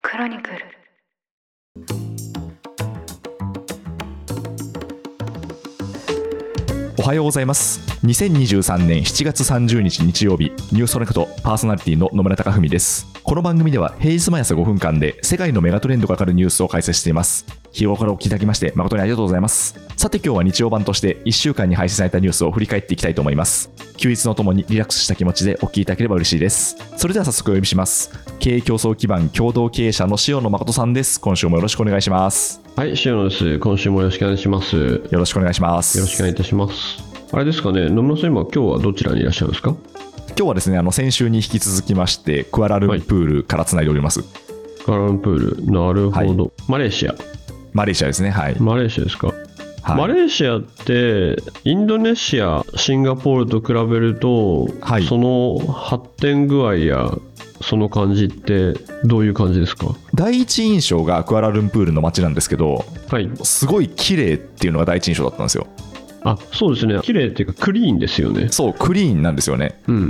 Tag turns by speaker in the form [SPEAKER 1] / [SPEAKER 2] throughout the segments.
[SPEAKER 1] クロニクル
[SPEAKER 2] おはようございます2023年7月30日日曜日ニュースコネクトパーソナリティの野村貴文ですこの番組では平日毎朝5分間で世界のメガトレンドがかかるニュースを解説しています日頃からお聞きいただきまして誠にありがとうございますさて今日は日曜版として1週間に配信されたニュースを振り返っていきたいと思います休日のともにリラックスした気持ちでお聞きいただければ嬉しいですそれでは早速お読みします経営競争基盤共同経営者の塩野誠さんです今週もよろしくお願いします
[SPEAKER 3] はい、塩野です。今週もよろしくお願いします。よ
[SPEAKER 2] よろしくお願いします
[SPEAKER 3] ろしくお願いいたします。あれですかね、野村さん、今、今日はどちらにいらっしゃるんですか
[SPEAKER 2] 今日はですねあの先週に引き続きましてクアラルンプールからつないでおります、
[SPEAKER 3] カランプール。なるほど。マレーシア。
[SPEAKER 2] マレーシアですねはい、
[SPEAKER 3] マレーシアですか、
[SPEAKER 2] はい
[SPEAKER 3] マレーシアって、インドネシア、シンガポールと比べると、
[SPEAKER 2] はい
[SPEAKER 3] その発展具合や、その感じって、どういう感じですか
[SPEAKER 2] 第一印象がクアラルンプールの街なんですけど
[SPEAKER 3] はい。
[SPEAKER 2] すごい綺麗っていうのが第一印象だったんですよ
[SPEAKER 3] あ、そうですね。綺麗っていうか、クリーンですよね。
[SPEAKER 2] そうクリーンなんですよね、
[SPEAKER 3] うんう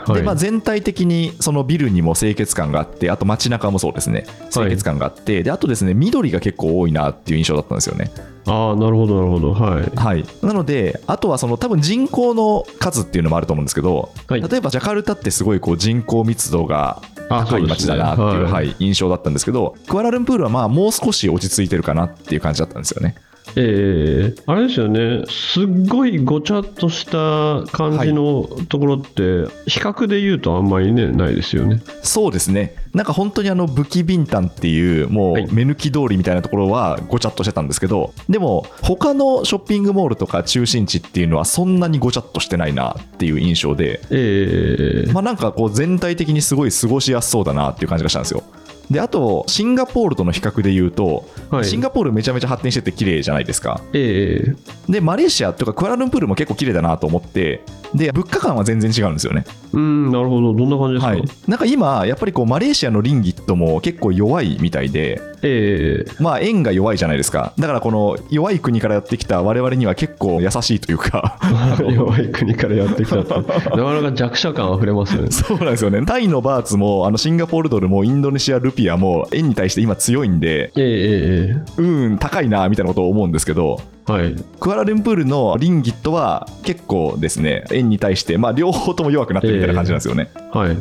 [SPEAKER 3] ん。はい。
[SPEAKER 2] でまあ、全体的にそのビルにも清潔感があってあと街中もそうですね清潔感があって、であとですね緑が結構多いなっていう印象だったんですよね
[SPEAKER 3] ああ、なるほど、なるほど。はい。
[SPEAKER 2] はい、なので、あとはその多分人口の数っていうのもあると思うんですけど、
[SPEAKER 3] はい
[SPEAKER 2] 例えばジャカルタってすごいこう人口密度が
[SPEAKER 3] あ
[SPEAKER 2] 高い街だなって
[SPEAKER 3] そ
[SPEAKER 2] いうう
[SPEAKER 3] ですね
[SPEAKER 2] は
[SPEAKER 3] はい
[SPEAKER 2] い、印象だったんですけど、クアラルンプールはまあもう少し落ち着いてるかなっていう感じだったんですよね。
[SPEAKER 3] えーあれですよね、すっごいごちゃっとした感じのところって、比較で言うとあんまりね、ないですよね。
[SPEAKER 2] そうですね、なんか本当にあの武器ビンタンっていう、もう
[SPEAKER 3] はい
[SPEAKER 2] 目抜き通りみたいなところはごちゃっとしてたんですけど、でも、他のショッピングモールとか中心地っていうのは、そんなにごちゃっとしてないなっていう印象で。
[SPEAKER 3] えー
[SPEAKER 2] まあ、なんかこう全体的にすごい過ごしやすそうだなっていう感じがしたんですよ。であとシンガポールとの比較で言うと、
[SPEAKER 3] はい
[SPEAKER 2] シンガポールめちゃめちゃ発展してて綺麗じゃないですか
[SPEAKER 3] えー
[SPEAKER 2] でマレーシアとかクアラルンプールも結構綺麗だなと思ってで物価感は全然違うんですよね、
[SPEAKER 3] うん、なるほど、どんな感じですか、
[SPEAKER 2] はい、なんか今やっぱりこうマレーシアのリンギットも結構弱いみたいで
[SPEAKER 3] えー
[SPEAKER 2] まあ円が弱いじゃないですかだからこの弱い国からやってきた我々には結構優しいというか
[SPEAKER 3] 弱い国からやってきたって、なかなか弱者感あふれますね。
[SPEAKER 2] そうなんですよねタイのバーツもあのシンガポールドルもインドネシアルピアも円に対して今強いんで
[SPEAKER 3] えーえー
[SPEAKER 2] うん、高いなみたいなことを思うんですけど、
[SPEAKER 3] えーはい、
[SPEAKER 2] クアラルンプールのリンギットは結構ですね、円に対して、まあ、両方とも弱くなってるみたいな感じなんですよね。
[SPEAKER 3] はい、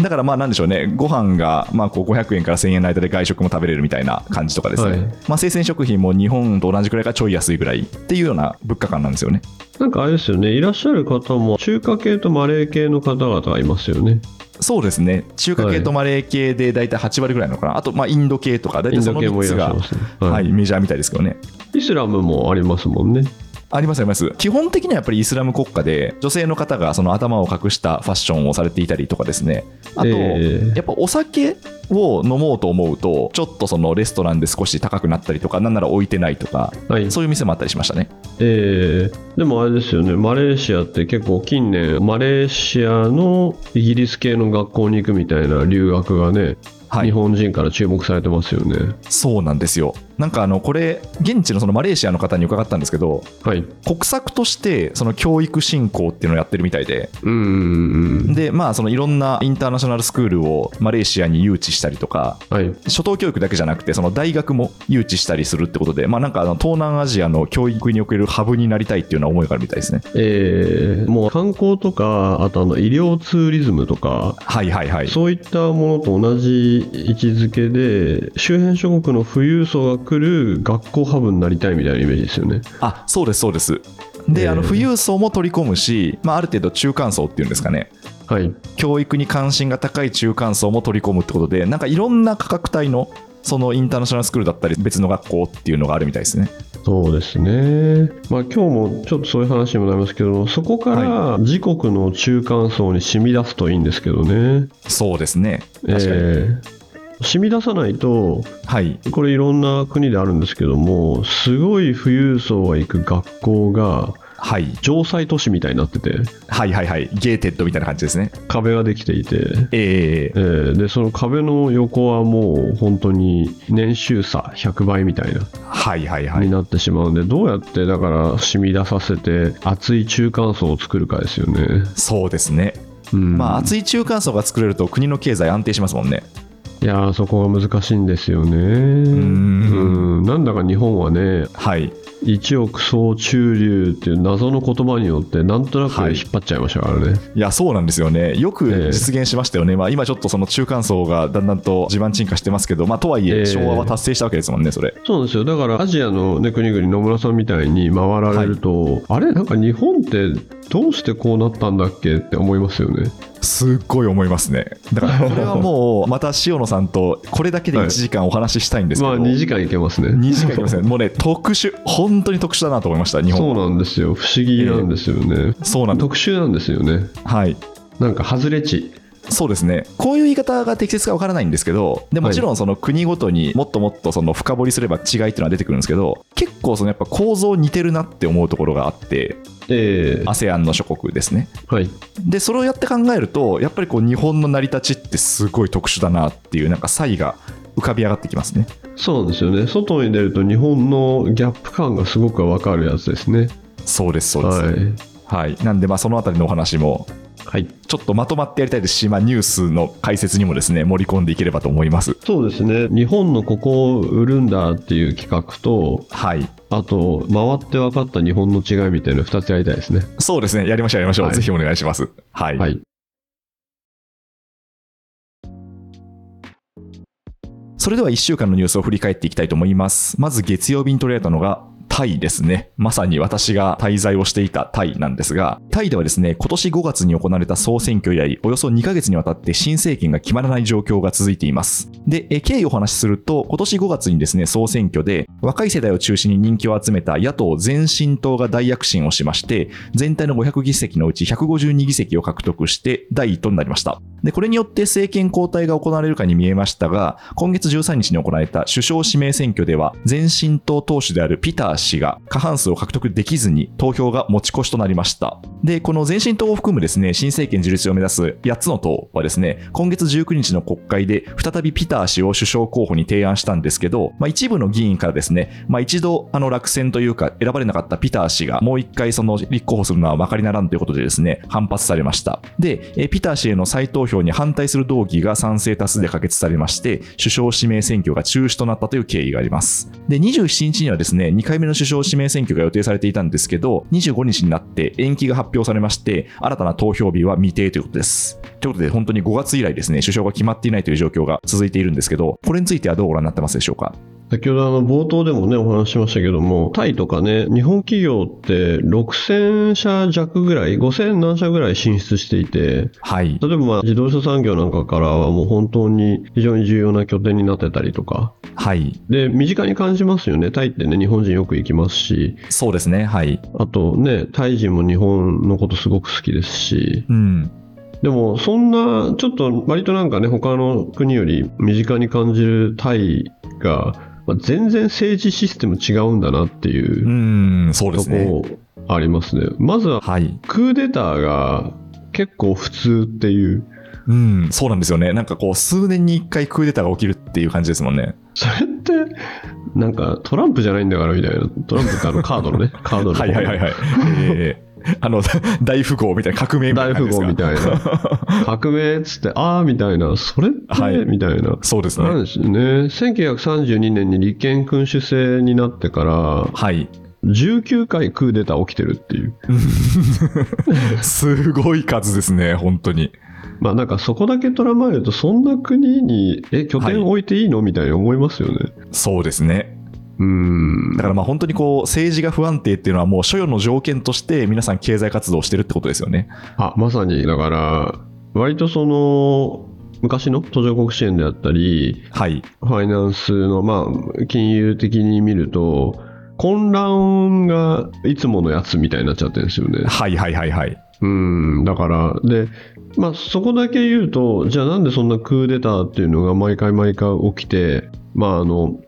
[SPEAKER 2] だからまあなんでしょうね、ご飯がまあこう500円から1000円の間で外食も食べれるみたいな感じとかですね、
[SPEAKER 3] はい
[SPEAKER 2] まあ、生鮮食品も日本と同じくらいかちょい安いぐらいっていうような物価感なんですよね。
[SPEAKER 3] なんかあれですよね、いらっしゃる方も、中華系とマレー系の方々がいますよね。
[SPEAKER 2] そうですね、中華系とマレー系で大体8割ぐらいなのかな、あとまあインド系とか、大
[SPEAKER 3] イ
[SPEAKER 2] 体
[SPEAKER 3] ン
[SPEAKER 2] その
[SPEAKER 3] ド系も
[SPEAKER 2] 3つ
[SPEAKER 3] いらっしゃい
[SPEAKER 2] が、
[SPEAKER 3] ますね。
[SPEAKER 2] は、
[SPEAKER 3] はいい、
[SPEAKER 2] メジャーみたいですけどね。
[SPEAKER 3] イスラムもありますもんね。
[SPEAKER 2] ありますあります基本的にはやっぱりイスラム国家で女性の方がその頭を隠したファッションをされていたりとかですねあと、
[SPEAKER 3] えー
[SPEAKER 2] やっぱお酒を飲もうと思うとちょっとそのレストランで少し高くなったりとかなんなら置いてないとか
[SPEAKER 3] はい、
[SPEAKER 2] そういう店もあったりしましたね
[SPEAKER 3] えーでもあれですよねマレーシアって結構近年マレーシアのイギリス系の学校に行くみたいな留学がね、
[SPEAKER 2] はい
[SPEAKER 3] 日本人から注目されてますよね
[SPEAKER 2] そうなんですよなんかあのこれ現地のそのマレーシアの方に伺ったんですけど
[SPEAKER 3] はい
[SPEAKER 2] 国策としてその教育振興っていうのをやってるみたいで
[SPEAKER 3] うんうんうん
[SPEAKER 2] でまあそのいろんなインターナショナルスクールをマレーシアに誘致したりとか
[SPEAKER 3] はい
[SPEAKER 2] 初等教育だけじゃなくてその大学も誘致したりするってことで、まあ、なんかあの東南アジアの教育におけるハブになりたいっていうような思いがあるみたいですね。
[SPEAKER 3] えーもう観光とかあとあの医療ツーリズムとか
[SPEAKER 2] はいはいはい。
[SPEAKER 3] そういったものと同じ位置づけで周辺諸国の富裕層が来る学校ハブになりたいみたいなイメージですよね
[SPEAKER 2] あそうですそうです。で、
[SPEAKER 3] えー
[SPEAKER 2] あの富裕層も取り込むし、まあ、ある程度中間層っていうんですかね
[SPEAKER 3] はい
[SPEAKER 2] 教育に関心が高い中間層も取り込むってことでなんかいろんな価格帯のそのインターナショナルスクールだったり別の学校っていうのがあるみたいですね。
[SPEAKER 3] そうですね、まあ、今日もちょっとそういう話にもなりますけどそこから自国の中間層に染み出すといいんですけどね、
[SPEAKER 2] そうですね。確
[SPEAKER 3] え
[SPEAKER 2] かに。
[SPEAKER 3] ー染み出さないと
[SPEAKER 2] はい。
[SPEAKER 3] これいろんな国であるんですけどもすごい富裕層が行く学校が
[SPEAKER 2] はい。
[SPEAKER 3] 城塞都市みたいになってて
[SPEAKER 2] はいはいはい。ゲーテッドみたいな感じですね。
[SPEAKER 3] 壁ができていて、
[SPEAKER 2] え
[SPEAKER 3] えーでその壁の横はもう本当に年収差100倍みたいな
[SPEAKER 2] ー、はいはいはい
[SPEAKER 3] に。なってしまうんで、どうやってだから染み出させて厚い中間層を作るかですよね。
[SPEAKER 2] そうですね。
[SPEAKER 3] うん
[SPEAKER 2] まあ、厚い中間層が作れると国の経済安定しますもんね。
[SPEAKER 3] いやーそこが難しいんですよねうんなんだか日本はね
[SPEAKER 2] はい
[SPEAKER 3] 一億総中流っていう謎の言葉によってなんとなく
[SPEAKER 2] はい
[SPEAKER 3] 引っ張っちゃいましたからね、
[SPEAKER 2] いやそうなんですよね、よ
[SPEAKER 3] え
[SPEAKER 2] く
[SPEAKER 3] え
[SPEAKER 2] 実現しましたよね、まあ、今ちょっとその中間層がだんだんと地盤沈下してますけど、まあ、とはい
[SPEAKER 3] え
[SPEAKER 2] え、
[SPEAKER 3] え
[SPEAKER 2] 昭和は達成したわけですもんね、それ。
[SPEAKER 3] そうなんですよだからアジアの、ね、国々野村さんみたいに回られると、あれなんか日本ってどうしてこうなったんだっけって思いますよね
[SPEAKER 2] すっごい思いますね。だからこれはもう、また塩野さんとこれだけで
[SPEAKER 3] は
[SPEAKER 2] 1
[SPEAKER 3] い
[SPEAKER 2] 時間お話ししたいんですけ
[SPEAKER 3] ま
[SPEAKER 2] ど、
[SPEAKER 3] あ2時間いけますね
[SPEAKER 2] 2時間いきますね、もうね、特殊、本当に特殊だなと思いました、日
[SPEAKER 3] そ
[SPEAKER 2] 本
[SPEAKER 3] うなんですよ不思議なんですよね、
[SPEAKER 2] そうなんだ、
[SPEAKER 3] 特殊なんですよね
[SPEAKER 2] はい、
[SPEAKER 3] なんか外れ値
[SPEAKER 2] そうですね、こういう言い方が適切かわからないんですけど、で
[SPEAKER 3] はい
[SPEAKER 2] もちろんその国ごとにもっともっとその深掘りすれば違いっていうのは出てくるんですけど、結構そのやっぱ構造似てるなって思うところがあって、
[SPEAKER 3] ええ
[SPEAKER 2] ASEAN の諸国ですね。
[SPEAKER 3] はい
[SPEAKER 2] で、それをやって考えると、やっぱりこう日本の成り立ちってすごい特殊だなっていう、なんか差異が浮かび上がってきますね。
[SPEAKER 3] そうなんですよね外に出ると日本のギャップ感がすごくわかるやつですね
[SPEAKER 2] そうです、そうです。
[SPEAKER 3] は
[SPEAKER 2] はい
[SPEAKER 3] い
[SPEAKER 2] なんで、まあそのあたりのお話も、
[SPEAKER 3] はい
[SPEAKER 2] ちょっとまとまってやりたいですし、まあ、ニュースの解説にもですね、盛り込んでいければと思います。
[SPEAKER 3] そうですね日本のここを売るんだっていう企画と
[SPEAKER 2] はい。
[SPEAKER 3] あと回って分かった日本の違いみたいな2つやりたいですね
[SPEAKER 2] そうですね、やりましょう、やりましょう。
[SPEAKER 3] はい
[SPEAKER 2] ぜひお願いします。はい。
[SPEAKER 3] はい
[SPEAKER 2] それでは1週間のニュースを振り返っていきたいと思います。まず月曜日に取り上げたのが、タイですね。まさに私が滞在をしていたタイなんですが、タイではですね、今年5月に行われた総選挙以来、およそ2ヶ月にわたって新政権が決まらない状況が続いています。で、え経緯をお話しすると、今年5月にですね、総選挙で、若い世代を中心に人気を集めた野党前進党が大躍進をしまして、全体の500議席のうち152議席を獲得して、第1党になりました。で、これによって政権交代が行われるかに見えましたが、今月13日に行われた首相指名選挙では、前進党党首であるピター氏が過半数を獲得できずに投票が持ち越しとなりました。で、この前進党を含むですね、新政権樹立を目指す8つの党はですね、今月19日の国会で再びピター氏を首相候補に提案したんですけど、まあ、一部の議員からですね、まあ、一度あの落選というか選ばれなかったピター氏がもう一回その立候補するのは分かりならんということでですね、反発されました。で、えピター氏への再投票に反対する動議が賛成多数で可決されまして、首相指名選挙が中止となったという経緯があります。で、27日にはですね、2回目の首相指名選挙が予定されていたんですけど、25日になって延期が発表されまして、新たな投票日は未定ということです。ということで、本当に5月以来ですね、首相が決まっていないという状況が続いているんですけど、これについてはどうご覧になってますでしょうか。
[SPEAKER 3] 先ほどあの冒頭でもねお話ししましたけどもタイとかね日本企業って6000社弱ぐらい5000何社ぐらい進出していて
[SPEAKER 2] はい。
[SPEAKER 3] 例えばまあ自動車産業なんかからはもう本当に非常に重要な拠点になってたりとか
[SPEAKER 2] はい。
[SPEAKER 3] で身近に感じますよねタイってね日本人よく行きますし
[SPEAKER 2] そうですね。はい。
[SPEAKER 3] あとねタイ人も日本のことすごく好きですし
[SPEAKER 2] うん。
[SPEAKER 3] でもそんなちょっと割となんかね他の国より身近に感じるタイが、まあ全然政治システム違うんだなっていうう
[SPEAKER 2] ーん、そうで
[SPEAKER 3] と
[SPEAKER 2] すね。
[SPEAKER 3] こありますねまずは
[SPEAKER 2] はい。
[SPEAKER 3] クーデターが結構普通っていう
[SPEAKER 2] うん、そうなんですよね。なんかこう、数年に1回クーデターが起きるっていう感じですもんね。
[SPEAKER 3] それってなんかトランプじゃないんだからみたいなトランプってあのカード のねカードの
[SPEAKER 2] はいはいはいはい。えーあの、 大富豪みたいな革命みたい
[SPEAKER 3] 大
[SPEAKER 2] な感
[SPEAKER 3] 富
[SPEAKER 2] じです
[SPEAKER 3] 豪
[SPEAKER 2] か。
[SPEAKER 3] みたいな革命っつってああみたいなそれって、
[SPEAKER 2] はい
[SPEAKER 3] みたいな
[SPEAKER 2] そうです
[SPEAKER 3] な
[SPEAKER 2] ね。
[SPEAKER 3] んですよね1932年に立憲君主制になってから
[SPEAKER 2] はい。
[SPEAKER 3] 19回クーデター起きてるっていう
[SPEAKER 2] すごい数ですね、本当に。
[SPEAKER 3] まあなんかそこだけ捉まえるとそんな国にえ拠点置いていいのみたいに思いますよね、
[SPEAKER 2] そうですね。
[SPEAKER 3] うーん
[SPEAKER 2] だからまあ本当にこう、政治が不安定っていうのはもう、所与の条件として皆さん経済活動をしてるってことですよね。
[SPEAKER 3] あまさにだから割とその昔の途上国支援であったり
[SPEAKER 2] はい。
[SPEAKER 3] ファイナンスのまあ金融的に見ると混乱がいつものやつみたいになっちゃってるんですよね
[SPEAKER 2] はいはいはいはい。
[SPEAKER 3] うん、だから、で、まあ、そこだけ言うと、じゃあなんでそんなクーデターっていうのが毎回毎回起きて、まあ、あの、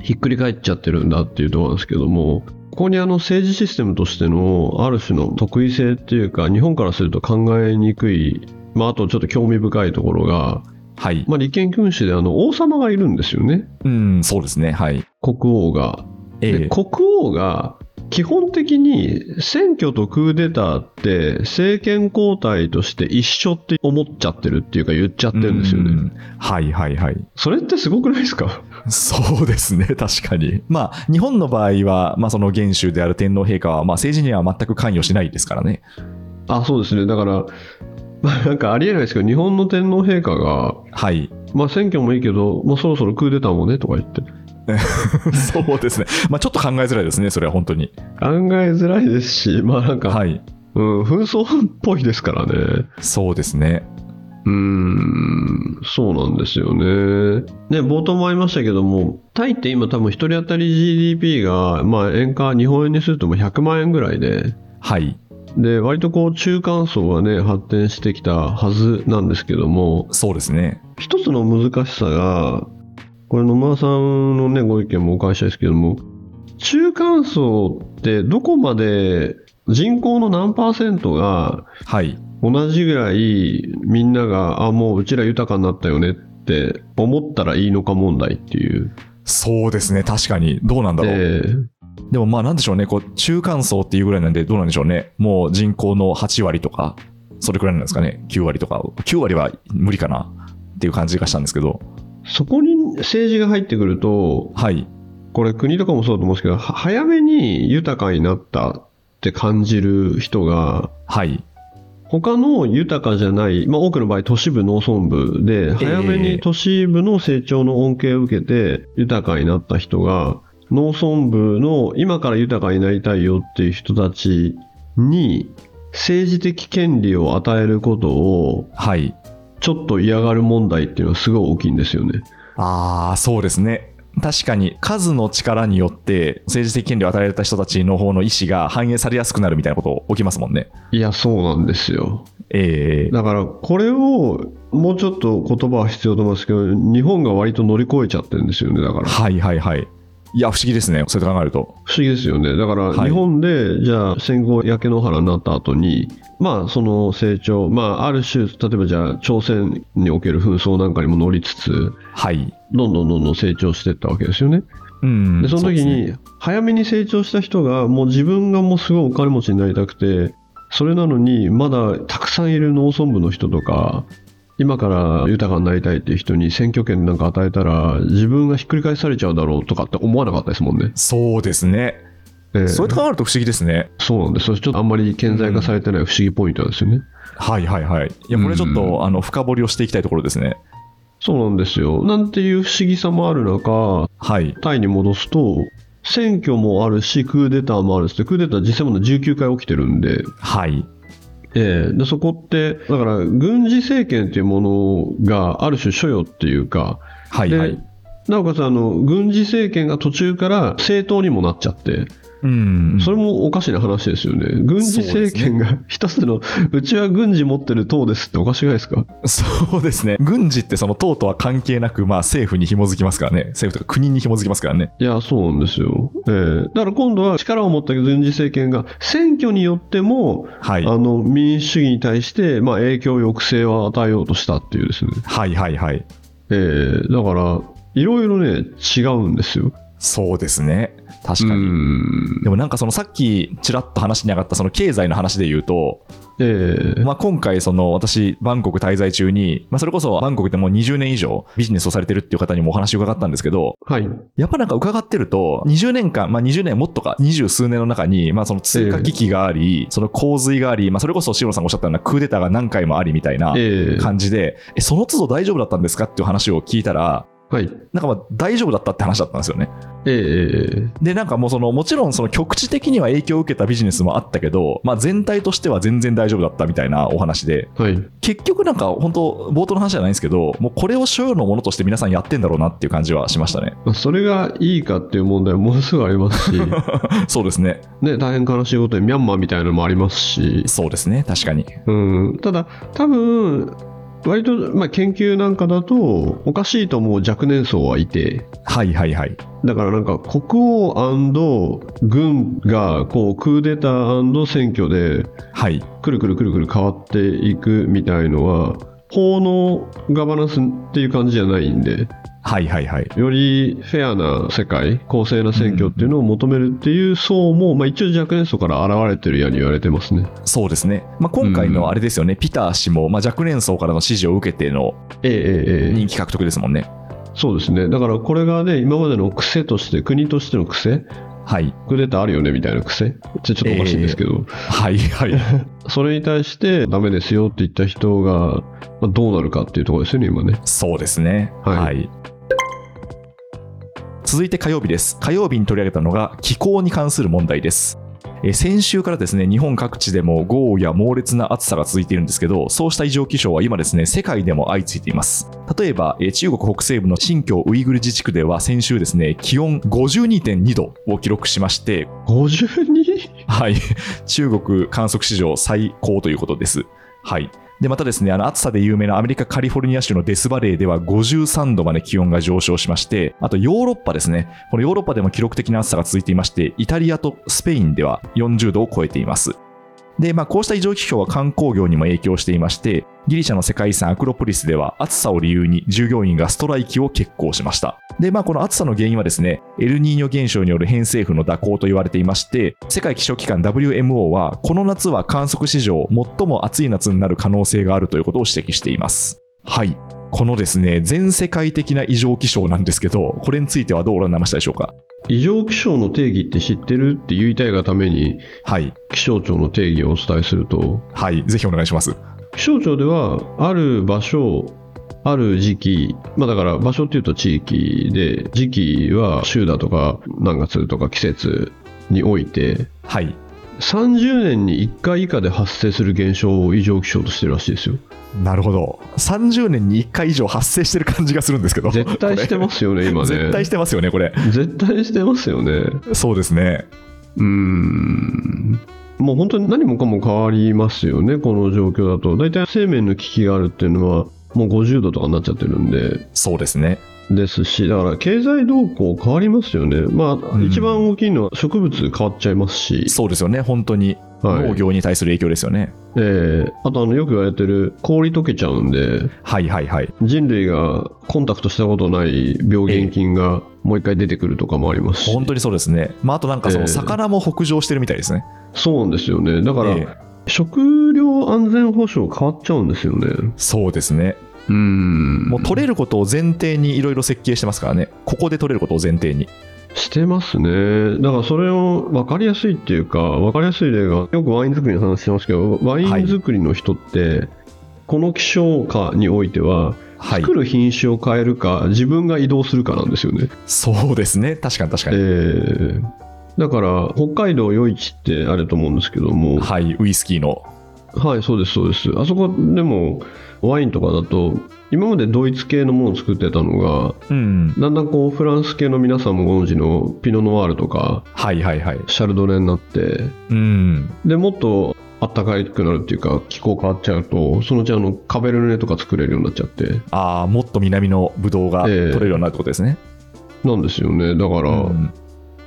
[SPEAKER 3] ひっくり返っちゃってるんだっていうところなんですけども、ここにあの政治システムとしてのある種の特異性っていうか、日本からすると考えにくい、まあ、あとちょっと興味深いところが、
[SPEAKER 2] はい。
[SPEAKER 3] まあ、立憲君主であの王様がいるんですよね、
[SPEAKER 2] うん、そうですね。はい。
[SPEAKER 3] 国王が。
[SPEAKER 2] え
[SPEAKER 3] で
[SPEAKER 2] え
[SPEAKER 3] 国王が基本的に選挙とクーデターって政権交代として一緒って思っちゃってるっていうか言っちゃってるんですよね。
[SPEAKER 2] うんはいはいはい。
[SPEAKER 3] それってすごくないですか
[SPEAKER 2] そうですね、確かに。まあ、日本の場合は、まあ、その元首である天皇陛下は、まあ、政治には全く関与しないですからね。
[SPEAKER 3] あそうですねだから、まあ、なんかありえないですけど日本の天皇陛下が、
[SPEAKER 2] はい。
[SPEAKER 3] まあ、選挙もいいけど、まあ、そろそろクーデターもねとか言って考
[SPEAKER 2] そうですね。まあ、ちょっと考えづらいですね、それは本当に。
[SPEAKER 3] えづらいですしまあなんか、
[SPEAKER 2] はい。
[SPEAKER 3] うん、紛争っぽいですからね。
[SPEAKER 2] そうですね。
[SPEAKER 3] うーん、そうなんですよね。ね、冒頭もありましたけども、タイって今多分一人当たり GDP が、まあ円価、日本円にするともう100万円ぐらいで、
[SPEAKER 2] はい。
[SPEAKER 3] で、割とこう中間層がね、発展してきたはずなんですけども、
[SPEAKER 2] そうですね。
[SPEAKER 3] 一つの難しさが、これ野村さんのね、ご意見もお伺いしたいですけども、中間層ってどこまで人口の何パーセントが
[SPEAKER 2] はい。
[SPEAKER 3] 同じぐらいみんながあもううちら豊かになったよねって思ったらいいのか問題っていう
[SPEAKER 2] そうですね、確かに。どうなんだろう。
[SPEAKER 3] で
[SPEAKER 2] でもまあなんでしょうね、こう中間層っていうぐらいなんで、どうなんでしょうね、もう人口の8割とか、それくらいなんですかね、9割とか、9割は無理かなっていう感じがしたんですけど、
[SPEAKER 3] そこに政治が入ってくると
[SPEAKER 2] はい、
[SPEAKER 3] これ国とかもそうだと思うんですけどは早めに豊かになったって感じる人が
[SPEAKER 2] はい、
[SPEAKER 3] 他の豊かじゃない、まあ、多くの場合都市部農村部で早めに都市部の成長の恩恵を受けて豊かになった人が農村部の今から豊かになりたいよっていう人たちに政治的権利を与えることを
[SPEAKER 2] はい。
[SPEAKER 3] ちょっと嫌がる問題っていうのはすごい大きいんですよね。
[SPEAKER 2] あー、そうですね。確かに数の力によって政治的権利を与えられた人たちの方の意思が反映されやすくなるみたいなこと起きますもんね。
[SPEAKER 3] いやそうなんですよ
[SPEAKER 2] えー、
[SPEAKER 3] だからこれをもうちょっと言葉は必要と思いますけど日本が割と乗り越えちゃってるんですよねだから
[SPEAKER 2] はいはいはい。いや、不思議ですね、それと考えると。
[SPEAKER 3] 不思議ですよねだから
[SPEAKER 2] はい
[SPEAKER 3] 日本でじゃあ戦後焼け野原になった後にまあその成長まあある種例えばじゃあ朝鮮における紛争なんかにも乗りつつ
[SPEAKER 2] はい。
[SPEAKER 3] どんどんどんどん成長していったわけですよね
[SPEAKER 2] うん、
[SPEAKER 3] でその
[SPEAKER 2] うで
[SPEAKER 3] 時
[SPEAKER 2] すね
[SPEAKER 3] に早めに成長した人がもう自分がもうすごいお金持ちになりたくてそれなのにまだたくさんいる農村部の人とか今から豊かになりたいっていう人に選挙権なんか与えたら自分がひっくり返されちゃうだろうとかって思わなかったですもんね。
[SPEAKER 2] そうですね。
[SPEAKER 3] ええ
[SPEAKER 2] それと考えると不思議ですね。
[SPEAKER 3] そうなんです。それちょっとあんまり顕在化されてない不思議ポイントなんですよね。
[SPEAKER 2] はいはいはい。いや、これちょっと、
[SPEAKER 3] うん
[SPEAKER 2] あの深掘りをしていきたいところですね。
[SPEAKER 3] そうなんですよ。なんていう不思議さもある中、
[SPEAKER 2] はい。
[SPEAKER 3] タイに戻すと、選挙もあるし、クーデターもあるし、クーデター実際も19回起きてるんで、
[SPEAKER 2] はい。
[SPEAKER 3] ええでそこって、だから軍事政権っていうものがある種所与っていうか、
[SPEAKER 2] はい
[SPEAKER 3] で
[SPEAKER 2] はい。
[SPEAKER 3] なおかつあの軍事政権が途中から政党にもなっちゃって、
[SPEAKER 2] うん。
[SPEAKER 3] それもおかしな話ですよね、軍事政権が 一つの、うちは軍事持ってる党ですっておかしくないですか
[SPEAKER 2] そうですね。軍事ってその党とは関係なく、まあ政府に紐づきますからね。政府とか国に紐づきますからね。
[SPEAKER 3] いや、そうなんですよ。ええだから今度は力を持った軍事政権が選挙によっても、
[SPEAKER 2] はい。
[SPEAKER 3] あの民主主義に対して、まあ、影響抑制を与えようとしたっていうですね。
[SPEAKER 2] はいはいはい。
[SPEAKER 3] ええだから、いろいろね、違うんですよ。
[SPEAKER 2] そうですね。確か
[SPEAKER 3] う
[SPEAKER 2] に。
[SPEAKER 3] ん
[SPEAKER 2] でもなんかそのさっきちらっと話に上がったその経済の話で言うと、
[SPEAKER 3] ええ
[SPEAKER 2] まあ、今回その私バンコク滞在中に、まあ、それこそバンコクでもう20年以上ビジネスをされてるっていう方にもお話を伺ったんですけど、
[SPEAKER 3] はい。
[SPEAKER 2] やっぱなんか伺ってると、20年間、まあ、20年もっとか、20数年の中に、まあ、その通貨危機があり、その洪水があり、まあ、それこそ塩野さんがおっしゃったようなクーデターが何回もありみたいな
[SPEAKER 3] ええ
[SPEAKER 2] 感じで、えその都度大丈夫だったんですかっていう話を聞いたら、
[SPEAKER 3] はい。
[SPEAKER 2] なんかまあ大丈夫だったって話だったんですよね。
[SPEAKER 3] えええ
[SPEAKER 2] で、なんかもうその、もちろんその局地的には影響を受けたビジネスもあったけど、まあ、全体としては全然大丈夫だったみたいなお話で、
[SPEAKER 3] えはい。
[SPEAKER 2] 結局なんか本当、冒頭の話じゃないんですけど、もうこれを所有のものとして皆さんやってんだろうなっていう感じはしましたね。
[SPEAKER 3] まあそれがいいかっていう問題はものすごいあ りますし、
[SPEAKER 2] そうですね。
[SPEAKER 3] ね、大変悲しいことにミャンマーみたいなのもありますし、
[SPEAKER 2] そうですね。確かに。
[SPEAKER 3] うん、ただ多分割と、まあ、研究なんかだとおかしいと思う若年層はいて
[SPEAKER 2] はいはいはい。
[SPEAKER 3] だからなんか国王軍がこうクーデター選挙で
[SPEAKER 2] はい。
[SPEAKER 3] くるくるくるくる変わっていくみたいのは法のガバナンスっていう感じじゃないんで
[SPEAKER 2] はいはいはい。
[SPEAKER 3] よりフェアな世界公正な選挙っていうのを求めるっていう層も、まあ、一応若年層から現れてるように言われてますね
[SPEAKER 2] そうですね。まあ、今回のあれですよね、ピター氏も、まあ、若年層からの支持を受けての
[SPEAKER 3] ええええええ
[SPEAKER 2] 人気獲得ですもんね。
[SPEAKER 3] そうですねだからこれがね今までの癖として国としての癖
[SPEAKER 2] はい。
[SPEAKER 3] クーデターあるよねみたいな癖ちょちょっとおかしいんですけど、
[SPEAKER 2] はいはい。
[SPEAKER 3] それに対してダメですよって言った人が、まあ、どうなるかっていうところですよね今ね
[SPEAKER 2] そうですね。は。
[SPEAKER 3] はいい
[SPEAKER 2] 続いて火曜日です。火曜日に取り上げたのが気候に関する問題です。えー先週からですね日本各地でも豪雨や猛烈な暑さが続いているんですけどそうした異常気象は今ですね世界でも相次いでいます例えばえー中国北西部の新疆ウイグル自治区では先週ですね気温52.2度を記録しまして
[SPEAKER 3] 52?
[SPEAKER 2] はい中国観測史上最高ということですはいでまたですねあの暑さで有名なアメリカ・カリフォルニア州のデスバレーでは53度まで気温が上昇しましてあとヨーロッパですねこのヨーロッパでも記録的な暑さが続いていましてイタリアとスペインでは40度を超えていますで、まあ、こうした異常気象は観光業にも影響していましてギリシャの世界遺産アクロポリスでは暑さを理由に従業員がストライキを決行しましたで、まあ、この暑さの原因はですねエルニーニョ現象による偏西風の蛇行と言われていまして世界気象機関 WMO はこの夏は観測史上最も暑い夏になる可能性があるということを指摘していますはいこのですね全世界的な異常気象なんですけどこれについてはどうご覧になりましたでしょうか
[SPEAKER 3] 異常気象の定義って知ってるって言いたいがために
[SPEAKER 2] はい
[SPEAKER 3] 気象庁の定義をお伝えすると
[SPEAKER 2] はいぜひお願いします
[SPEAKER 3] 気象庁ではある場所ある時期、まあ、だから場所っていうと地域で時期は週だとか何月とか季節において
[SPEAKER 2] はい
[SPEAKER 3] 30年に1回以下で発生する現象を異常気象としてるらしいですよ
[SPEAKER 2] なるほど30年に1回以上発生してる感じがするんですけど
[SPEAKER 3] 絶対してますよね今ね
[SPEAKER 2] 絶対してますよねこれ
[SPEAKER 3] 絶対してますよね
[SPEAKER 2] そうですね
[SPEAKER 3] うーんもう本当に何もかも変わりますよねこの状況だと大体生命の危機があるっていうのはもう50度とかになっちゃってるんで
[SPEAKER 2] そうですね
[SPEAKER 3] ですし、だから経済動向変わりますよね、まあ、
[SPEAKER 2] ん
[SPEAKER 3] 一番大きいのは植物変わっちゃいますし、
[SPEAKER 2] そうですよね本当に
[SPEAKER 3] はい
[SPEAKER 2] 農業に対する影響ですよね、
[SPEAKER 3] えーあとあのよく言われてる氷溶けちゃうんで、
[SPEAKER 2] はい、はいはい
[SPEAKER 3] 人類がコンタクトしたことない病原菌がもう一回出てくるとかもありますし、
[SPEAKER 2] 本当にそうですね、まあ、あとなんかそ
[SPEAKER 3] え
[SPEAKER 2] の
[SPEAKER 3] え
[SPEAKER 2] 魚も北上してるみたいですね、
[SPEAKER 3] そうなんですよね、だから、
[SPEAKER 2] ええ
[SPEAKER 3] 食料安全保障変わっちゃうんですよね。
[SPEAKER 2] そうですね
[SPEAKER 3] うん
[SPEAKER 2] もう取れることを前提にいろいろ設計してますからねここで取れることを前提に
[SPEAKER 3] してますね。だからそれを分かりやすいっていうか、分かりやすい例が、よくワイン作りの話してますけど、ワイン作りの人って、この気象下においては、
[SPEAKER 2] はい
[SPEAKER 3] 作る品種を変えるか、自分が移動するかなんですよね。
[SPEAKER 2] そうですね確かに確か
[SPEAKER 3] え
[SPEAKER 2] に、
[SPEAKER 3] ーだから、北海道余市ってあると思うんですけども、
[SPEAKER 2] はいウイスキーの
[SPEAKER 3] はい、そうです、そうです。あそこでも、ワインとかだと、今までドイツ系のものを作ってたのが、
[SPEAKER 2] うん
[SPEAKER 3] だんだんこうフランス系の皆さんもご存知のピノ・ノワールとか、
[SPEAKER 2] はいはいはい
[SPEAKER 3] シャルドネになって、
[SPEAKER 2] うん
[SPEAKER 3] でもっと暖かくなるっていうか気候変わっちゃうとそのうちあのカベルネとか作れるようになっちゃって
[SPEAKER 2] ああもっと南のブドウが取れるようになるってことですね、
[SPEAKER 3] なんですよねだから、
[SPEAKER 2] うん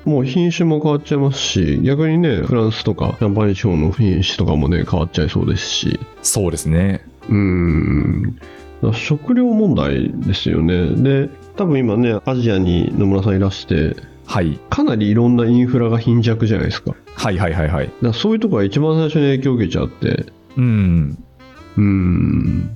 [SPEAKER 3] もう品種も変わっちゃいますし逆にねフランスとかシャンパーニュ地方の品種とかもね変わっちゃいそうですし
[SPEAKER 2] そうですね
[SPEAKER 3] うーんだから食料問題ですよねで多分今ねアジアに野村さんいらして
[SPEAKER 2] はい
[SPEAKER 3] かなりいろんなインフラが貧弱じゃないですかだか
[SPEAKER 2] はいはいはいはい
[SPEAKER 3] らそういうとこが一番最初に影響を受けちゃって
[SPEAKER 2] うん
[SPEAKER 3] うーん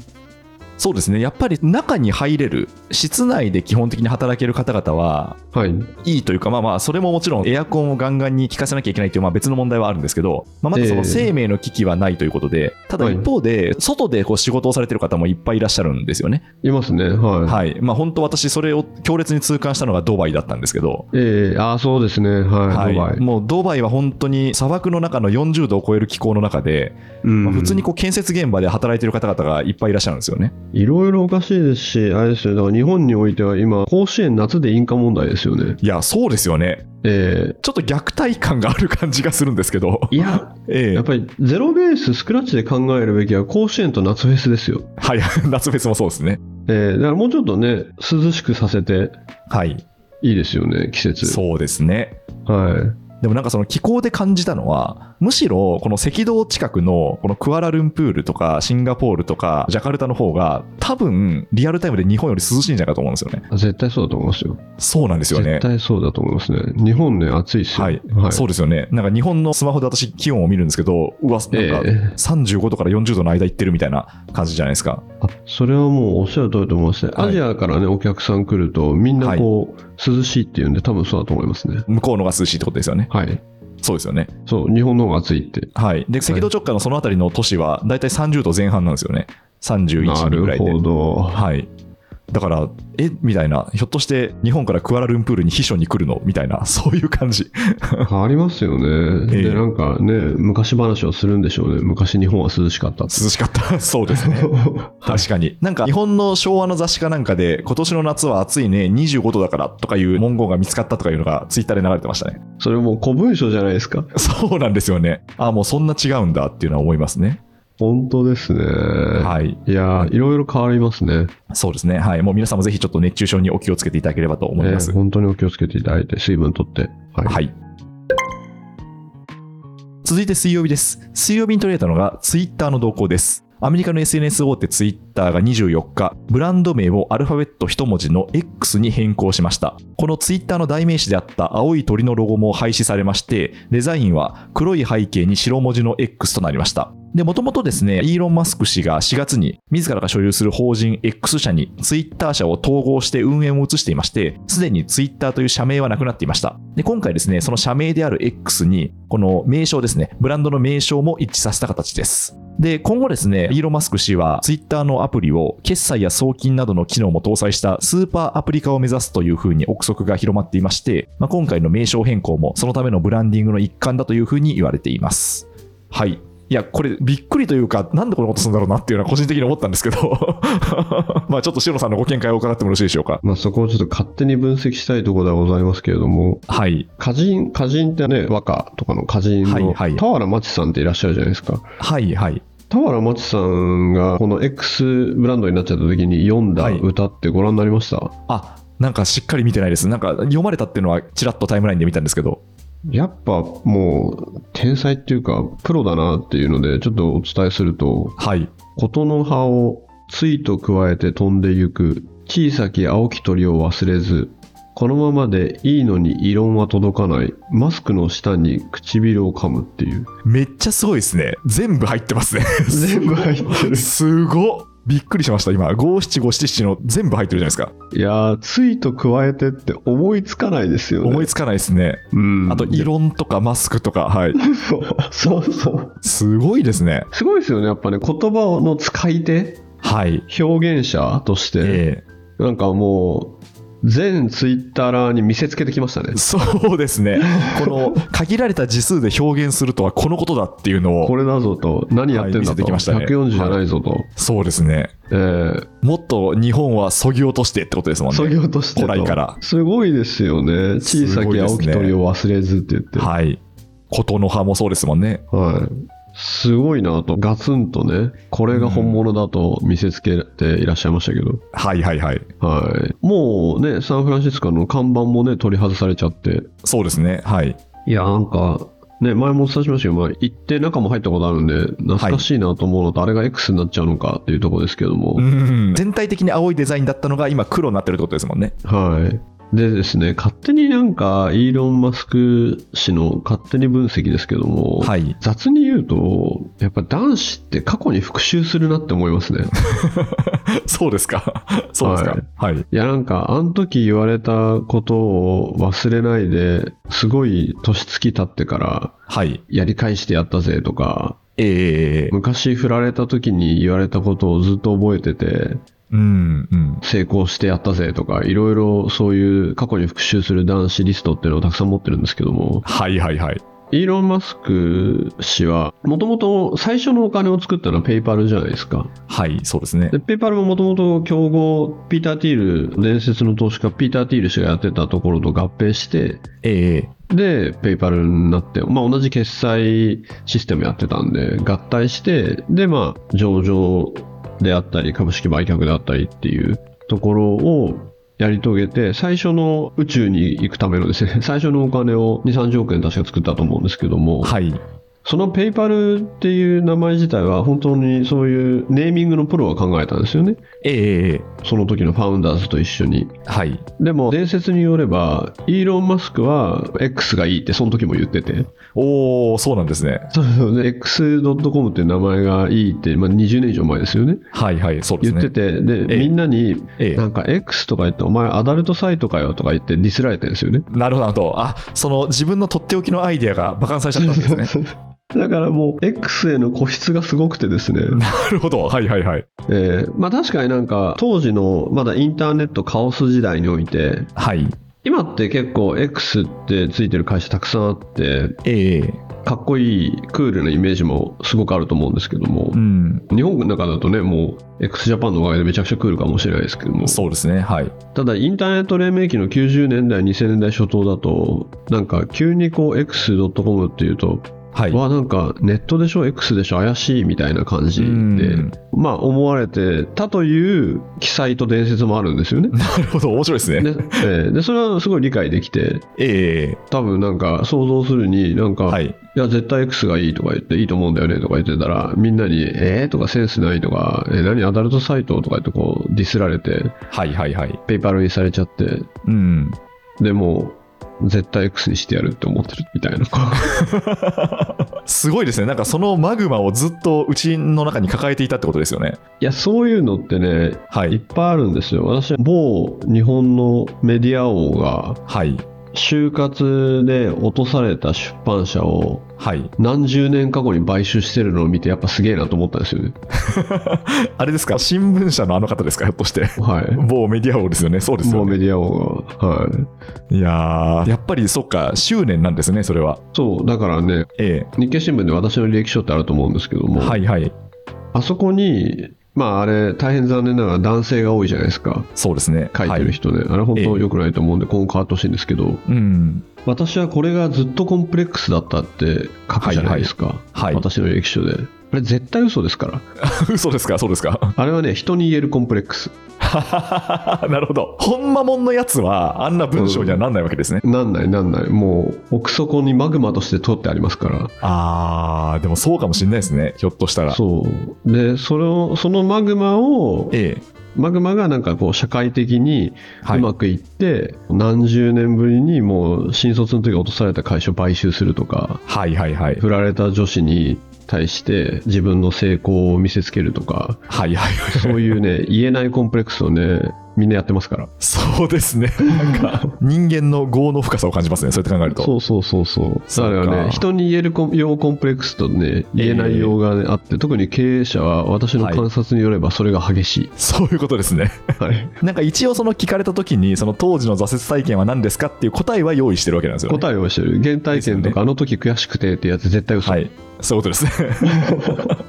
[SPEAKER 2] そうですねやっぱり中に入れる室内で基本的に働ける方々は
[SPEAKER 3] はい
[SPEAKER 2] いいというかまあまあそれももちろんエアコンをガンガンに効かせなきゃいけないというまあ別の問題はあるんですけど、まあ、まだそ
[SPEAKER 3] え
[SPEAKER 2] の
[SPEAKER 3] え
[SPEAKER 2] 生命の危機はないということでただ
[SPEAKER 3] はい
[SPEAKER 2] 一方で外でこう仕事をされてる方もいっぱいいらっしゃるんですよね
[SPEAKER 3] いますねはい
[SPEAKER 2] はいまあ本当私それを強烈に痛感したのがドバイだったんですけど
[SPEAKER 3] ええああ、そうですね、はい、
[SPEAKER 2] はい、
[SPEAKER 3] ドバイ。
[SPEAKER 2] もうドバイは本当に砂漠の中の40度を超える気候の中で、
[SPEAKER 3] うん
[SPEAKER 2] まあ普通にこう建設現場で働いてる方々がいっぱいいらっしゃるんですよね。
[SPEAKER 3] いろいろおかしいですし、あれですよ、だから日本においては今、甲子園夏で印鑑問題ですよね。
[SPEAKER 2] いや、そうですよね。
[SPEAKER 3] え
[SPEAKER 2] ちょっと虐待感がある感じがするんですけど、
[SPEAKER 3] えいや、
[SPEAKER 2] ええ
[SPEAKER 3] やっぱりゼロベース、スクラッチで考えるべきは甲子園と夏フェスですよ。
[SPEAKER 2] はい、 夏フェスもそうですね。
[SPEAKER 3] ええだからもうちょっとね、涼しくさせて
[SPEAKER 2] はい、
[SPEAKER 3] いいですよね、季節。
[SPEAKER 2] そうですね。
[SPEAKER 3] はい。
[SPEAKER 2] でもなんかその気候で感じたのは、むしろこの赤道近くのこのクアラルンプールとかシンガポールとかジャカルタの方が多分リアルタイムで日本より涼しいんじゃないかと思うんですよね。
[SPEAKER 3] 絶対そうだと思いますよ。
[SPEAKER 2] そうなんですよね
[SPEAKER 3] 絶。対そうだと思いますね。日本ね、暑いですよ。
[SPEAKER 2] はい、そうですよね。なんか日本のスマホで私気温を見るんですけど、うわ、
[SPEAKER 3] ええ
[SPEAKER 2] なんか35度から40度の間行ってるみたいな感じじゃないですか。
[SPEAKER 3] あそれはもうおっしゃる通りと思いますね。
[SPEAKER 2] はい
[SPEAKER 3] アジアからね、お客さん来ると、みんなこう、涼しいっていうんで、多分そうだと思いますね。
[SPEAKER 2] 向こうのが涼しいってことですよね。
[SPEAKER 3] はい。
[SPEAKER 2] そうですよね。
[SPEAKER 3] そう、日本の方が暑いって。
[SPEAKER 2] はい。で、赤道直下のそのあたりの都市は、だいたい30度前半なんですよね。
[SPEAKER 3] な
[SPEAKER 2] 31度ぐら
[SPEAKER 3] る
[SPEAKER 2] いで
[SPEAKER 3] ほ。ど。
[SPEAKER 2] はい。だから、えみたいな、ひょっとして日本からクアラルンプールに秘書に来るのみたいな、 そういう感じ。
[SPEAKER 3] 変わりますよね。
[SPEAKER 2] ええ
[SPEAKER 3] で、なんかね、昔話をするんでしょうね。昔日本は涼しかったって。
[SPEAKER 2] 涼しかった。 そうですね。 確かに。なんか日本の昭和の雑誌かなんかで、今年の夏は暑いね、25度だからとかいう文言が見つかったとかいうのがツイッターで流れてましたね。
[SPEAKER 3] それもう古文書じゃないですか。
[SPEAKER 2] そうなんですよね。あ、もうそんな違うんだっていうのは思いますね。
[SPEAKER 3] 本当ですね。
[SPEAKER 2] はい。
[SPEAKER 3] いやー、いろいろ変わりますね。
[SPEAKER 2] そうですね。はい。もう皆さんもぜひちょっと熱中症にお気をつけていただければと思います
[SPEAKER 3] えー。本当にお気をつけていただいて、水分とって。はい。
[SPEAKER 2] はい。続いて水曜日です。水曜日に取り上げたのがツイッターの動向です。アメリカの SNS 大手ツイッターが24日、ブランド名をアルファベット1文字の X に変更しました。このツイッターの代名詞であった青い鳥のロゴも廃止されまして、デザインは黒い背景に白文字の X となりました。で、もともとですね、イーロン・マスク氏が4月に、自らが所有する法人 X 社に、ツイッター社を統合して運営を移していまして、すでにツイッターという社名はなくなっていました。で、今回ですね、その社名である X に、この名称ですね、ブランドの名称も一致させた形です。で、今後ですね、イーロン・マスク氏は、ツイッターのアプリを、決済や送金などの機能も搭載したスーパーアプリ化を目指すというふうに憶測が広まっていまして、まあ、今回の名称変更も、そのためのブランディングの一環だというふうに言われています。はい。いや、これ、びっくりというか、なんでこんなことするんだろうなっていうのは個人的に思ったんですけど、 まあちょっと塩野さんのご見解を伺ってもよろしいでしょうか。
[SPEAKER 3] まあ、そこをちょっと勝手に分析したいところではございますけれども、
[SPEAKER 2] はい。
[SPEAKER 3] 歌人、歌人ってね、和歌とかの歌人
[SPEAKER 2] はい
[SPEAKER 3] の、
[SPEAKER 2] はい
[SPEAKER 3] 俵真知さんっていらっしゃるじゃないですか。
[SPEAKER 2] はい、はい。
[SPEAKER 3] 俵真知さんがこの X ブランドになっちゃった時に読んだ
[SPEAKER 2] はい
[SPEAKER 3] 歌ってご覧になりました、
[SPEAKER 2] あ、なんかしっかり見てないです。なんか読まれたっていうのは、ちらっとタイムラインで見たんですけど、
[SPEAKER 3] やっぱもう天才っていうかプロだなっていうのでちょっとお伝えすると
[SPEAKER 2] はい。
[SPEAKER 3] 事の葉をついと加えて飛んでゆく小さき青き鳥を忘れずこのままでいいのに異論は届かないマスクの下に唇を噛むっていう
[SPEAKER 2] めっちゃすごいですね。全部入ってますね。
[SPEAKER 3] 全部入ってる
[SPEAKER 2] すごっびっくりしました、今。五七五七七の全部入ってるじゃないですか。
[SPEAKER 3] いやーついと加えてって思いつかないですよね
[SPEAKER 2] 思いつかないですね。
[SPEAKER 3] うん
[SPEAKER 2] あと、異論とかマスクとか、はい。
[SPEAKER 3] そうそうそう
[SPEAKER 2] すごいですね。
[SPEAKER 3] すごいですよねやっぱね言葉の使い手
[SPEAKER 2] はい。
[SPEAKER 3] 表現者として、
[SPEAKER 2] え
[SPEAKER 3] なんかもう全ツイッターに見せつけてきましたね
[SPEAKER 2] えそうです ね。この、限られた字数で表現するとはこのことだっていうの
[SPEAKER 3] こ
[SPEAKER 2] を、
[SPEAKER 3] れだぞと何やって
[SPEAKER 2] はい
[SPEAKER 3] ん
[SPEAKER 2] 見
[SPEAKER 3] だ
[SPEAKER 2] せて
[SPEAKER 3] と、
[SPEAKER 2] きましたね
[SPEAKER 3] 140じゃないぞと、
[SPEAKER 2] そうですね。
[SPEAKER 3] えー
[SPEAKER 2] もっと日本はそぎ落としてってことですもんね。
[SPEAKER 3] そぎ落として
[SPEAKER 2] 古来か
[SPEAKER 3] と
[SPEAKER 2] ら
[SPEAKER 3] すごいですよね小さ
[SPEAKER 2] すごい
[SPEAKER 3] き
[SPEAKER 2] ですね
[SPEAKER 3] 青き鳥を忘れずって言っては
[SPEAKER 2] はい。琴の葉もそうですもんね。
[SPEAKER 3] いすごいなとガツンとねこれが本物だと見せつけていらっしゃいましたけど、
[SPEAKER 2] はいはいはい。
[SPEAKER 3] はい、もうねサンフランシスコの看板もね取り外されちゃって
[SPEAKER 2] そうですね。はい。
[SPEAKER 3] いや、なんか、ね、前もお伝えしましたけど、まあ、行って中も入ったことあるんで、懐かしいなと思うのと、あれが X になっちゃうのかっていうところですけども、
[SPEAKER 2] うん。全体的に青いデザインだったのが今黒になってるってことですもんね。
[SPEAKER 3] はい。でですね、勝手になんか、イーロン・マスク氏の勝手に分析ですけども、
[SPEAKER 2] はい。
[SPEAKER 3] 雑に言うと、やっぱ男子って過去に復讐するなって思いますね。
[SPEAKER 2] そうですか。そうですか。はい。
[SPEAKER 3] いや、なんか、あの時言われたことを忘れないで、すごい年月経ってから、
[SPEAKER 2] はい。
[SPEAKER 3] やり返してやったぜとか、
[SPEAKER 2] ええ
[SPEAKER 3] 昔振られた時に言われたことをずっと覚えてて
[SPEAKER 2] うんうん。
[SPEAKER 3] 成功してやったぜとかいろいろそういう過去に復讐する男子リストっていうのをたくさん持ってるんですけども
[SPEAKER 2] はいはいはい。
[SPEAKER 3] イーロン・マスク氏はもともと最初のお金を作ったのはペイパルじゃないですか
[SPEAKER 2] はい、そうですね
[SPEAKER 3] で。ペイパルももともと競合ピーター・ティール伝説の投資家ピーター・ティール氏がやってたところと合併して
[SPEAKER 2] ええ
[SPEAKER 3] で、ペイパルになって、まあ、同じ決済システムやってたんで、合体して、で、まあ、上場であったり、株式売却であったりっていうところを、やり遂げて最初の宇宙に行くためのですね最初のお金を2 3 0億円確か作ったと思うんですけども、
[SPEAKER 2] はい。
[SPEAKER 3] そのペイパルっていう名前自体は本当にそういうネーミングのプロが考えたんですよね
[SPEAKER 2] ええええ
[SPEAKER 3] その時のファウンダーズと一緒に
[SPEAKER 2] はい。
[SPEAKER 3] でも伝説によればイーロン・マスクは X がいいってその時も言ってて
[SPEAKER 2] おお、そうなんですね。
[SPEAKER 3] そうそうね X.com っていう名前がいいって、まあ、20年以上前ですよね
[SPEAKER 2] はいはい、そうです
[SPEAKER 3] 言っ
[SPEAKER 2] ね。
[SPEAKER 3] ててで、
[SPEAKER 2] ええ
[SPEAKER 3] みんなに
[SPEAKER 2] ええ
[SPEAKER 3] なんか X とか言ってお前アダルトサイトかよとか言ってディスられてるんですよね
[SPEAKER 2] なるほどなるほど。あ、その自分のとっておきのアイデアが馬鹿にされちゃったん ですね。
[SPEAKER 3] だからもう X への固執がすごくてですね、
[SPEAKER 2] なるほど。はいはいはい。
[SPEAKER 3] えーまあ確かになんか当時のまだインターネットカオス時代において
[SPEAKER 2] はい。
[SPEAKER 3] 今って結構 X ってついてる会社たくさんあって
[SPEAKER 2] ええ
[SPEAKER 3] かっこいいクールなイメージもすごくあると思うんですけども
[SPEAKER 2] うん。
[SPEAKER 3] 日本の中だとねもう x ジャパンのおかげでめちゃくちゃクールかもしれないですけども
[SPEAKER 2] そうですね。はい。
[SPEAKER 3] ただインターネット黎明期の90年代2000年代初頭だとなんか急にこう X.com っていうと、
[SPEAKER 2] はい。
[SPEAKER 3] わなんかネットでしょ X でしょ怪しいみたいな感じ
[SPEAKER 2] う
[SPEAKER 3] で、
[SPEAKER 2] ん
[SPEAKER 3] まあ思われてたという記載と伝説もあるんですよね。
[SPEAKER 2] なるほど。面白いですね。
[SPEAKER 3] でえーでそれはすごい理解できて
[SPEAKER 2] ええ
[SPEAKER 3] 多分なんか想像するになんか、、
[SPEAKER 2] はいい。
[SPEAKER 3] や絶対 X がいいとか言っていいと思うんだよねとか言ってたらみんなに「えー?」とか「センスない」とか「え何アダルトサイト?」とか言ってこうディスられて
[SPEAKER 2] はいはいはい。
[SPEAKER 3] ペイパルにされちゃって
[SPEAKER 2] うん。
[SPEAKER 3] でも絶対 X にしてやるって思ってるみたい な
[SPEAKER 2] すごいですね。なんかそのマグマをずっとうちの中に抱えていたってことですよね。
[SPEAKER 3] いやそういうのってね
[SPEAKER 2] はい
[SPEAKER 3] っ
[SPEAKER 2] い。
[SPEAKER 3] ぱいあるんですよ私某日本のメディア王が
[SPEAKER 2] はい。
[SPEAKER 3] 就活で落とされた出版社を
[SPEAKER 2] はい。
[SPEAKER 3] 何十年か後に買収してるのを見てやっぱすげえなと思ったんですよね
[SPEAKER 2] あれですか新聞社のあの方ですかひょっとして。
[SPEAKER 3] はい
[SPEAKER 2] 某メディア王ですよね。そうですよ
[SPEAKER 3] もう
[SPEAKER 2] ね。
[SPEAKER 3] メディア王がはい
[SPEAKER 2] いやーやっぱりそっか、執念なんですね、それは。
[SPEAKER 3] そうだからね
[SPEAKER 2] え
[SPEAKER 3] 日経新聞で私の履歴書ってあると思うんですけど
[SPEAKER 2] え
[SPEAKER 3] も、
[SPEAKER 2] はいはい。
[SPEAKER 3] あそこにまああれ大変残念ながら男性が多いじゃないですか
[SPEAKER 2] そうですね。
[SPEAKER 3] 書いてる人ね、あれ本当良くないと思うんで今後変わってほしいんですけど
[SPEAKER 2] はい、うん。
[SPEAKER 3] 私はこれがずっとコンプレックスだったって書くじゃないですか、
[SPEAKER 2] はい。
[SPEAKER 3] 私の履歴書であれ絶対嘘ですから
[SPEAKER 2] 嘘ですか、 そうですか。
[SPEAKER 3] あれはね人に言えるコンプレックス
[SPEAKER 2] なるほど。ほんまもんのやつは、あんな文章にはなんないわけですね。
[SPEAKER 3] なんないなんないもう奥底にマグマとして取ってありますか
[SPEAKER 2] あー、でもそうかもしれないですね、ひょっとした
[SPEAKER 3] ら
[SPEAKER 2] ら。
[SPEAKER 3] そうでそれをそのマグマを
[SPEAKER 2] ええ。
[SPEAKER 3] マグマがなんかこう社会的に
[SPEAKER 2] は
[SPEAKER 3] う
[SPEAKER 2] い。
[SPEAKER 3] まくいって、何十年ぶりにもう新卒の時落とされた会社を買収するとか
[SPEAKER 2] はいはいはい。
[SPEAKER 3] 振られた女子に対して自分の成功を見せつけるとか
[SPEAKER 2] はいはい。
[SPEAKER 3] そういうね言えないコンプレックスをねみんなやってますから
[SPEAKER 2] そうですね。なんか、人間の業の深さを感じますね、そうやって考えると。
[SPEAKER 3] そうそうそうそう
[SPEAKER 2] そ
[SPEAKER 3] だ
[SPEAKER 2] うか
[SPEAKER 3] からね人に言えるコン用コンプレックスとね言えない用が、ねあって特に経営者は私の
[SPEAKER 2] はい
[SPEAKER 3] 観察によればそれが激 しい、
[SPEAKER 2] そういうことですね。
[SPEAKER 3] はい、
[SPEAKER 2] なんか一応その聞かれた時に、その当時の挫折体験は何ですかっていう答えは用意してるわけなんですよね。
[SPEAKER 3] 答えをしてる原
[SPEAKER 2] で
[SPEAKER 3] 体験
[SPEAKER 2] す
[SPEAKER 3] と
[SPEAKER 2] よね
[SPEAKER 3] か、あの時悔しくてってやつ絶対嘘、
[SPEAKER 2] はい、そういうことですね。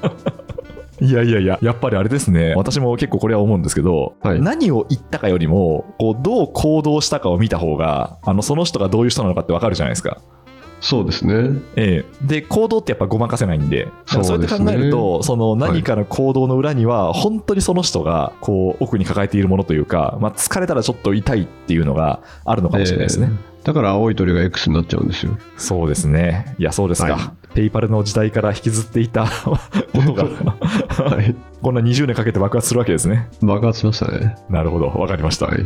[SPEAKER 2] いやいやいや、やっぱりあれですね、私も結構これは思うんですけど、
[SPEAKER 3] はい
[SPEAKER 2] 何を言ったかよりも、こうどう行動したかを見た方が、あのその人がどういう人なのかってわかるじゃないですか。
[SPEAKER 3] そうですね
[SPEAKER 2] ええ、で、行動ってやっぱごまかせないんで、だから
[SPEAKER 3] そ
[SPEAKER 2] そうう
[SPEAKER 3] で
[SPEAKER 2] や
[SPEAKER 3] す
[SPEAKER 2] っ
[SPEAKER 3] ね
[SPEAKER 2] て考えると、その何かの行動の裏には、本当にその人がこう奥に抱えているものというか、まあ、疲れたらちょっと痛いっていうのがあるのかもしれないですね。
[SPEAKER 3] えーだから青い鳥が X になっちゃうんですよ
[SPEAKER 2] そうですね。いや、そうですか。
[SPEAKER 3] は
[SPEAKER 2] ペイパルの時代から引きずっていた ことが、
[SPEAKER 3] はい
[SPEAKER 2] こんな20年かけて爆発するわけですね。
[SPEAKER 3] 爆発しましたね
[SPEAKER 2] なるほど、わかりました。
[SPEAKER 3] はい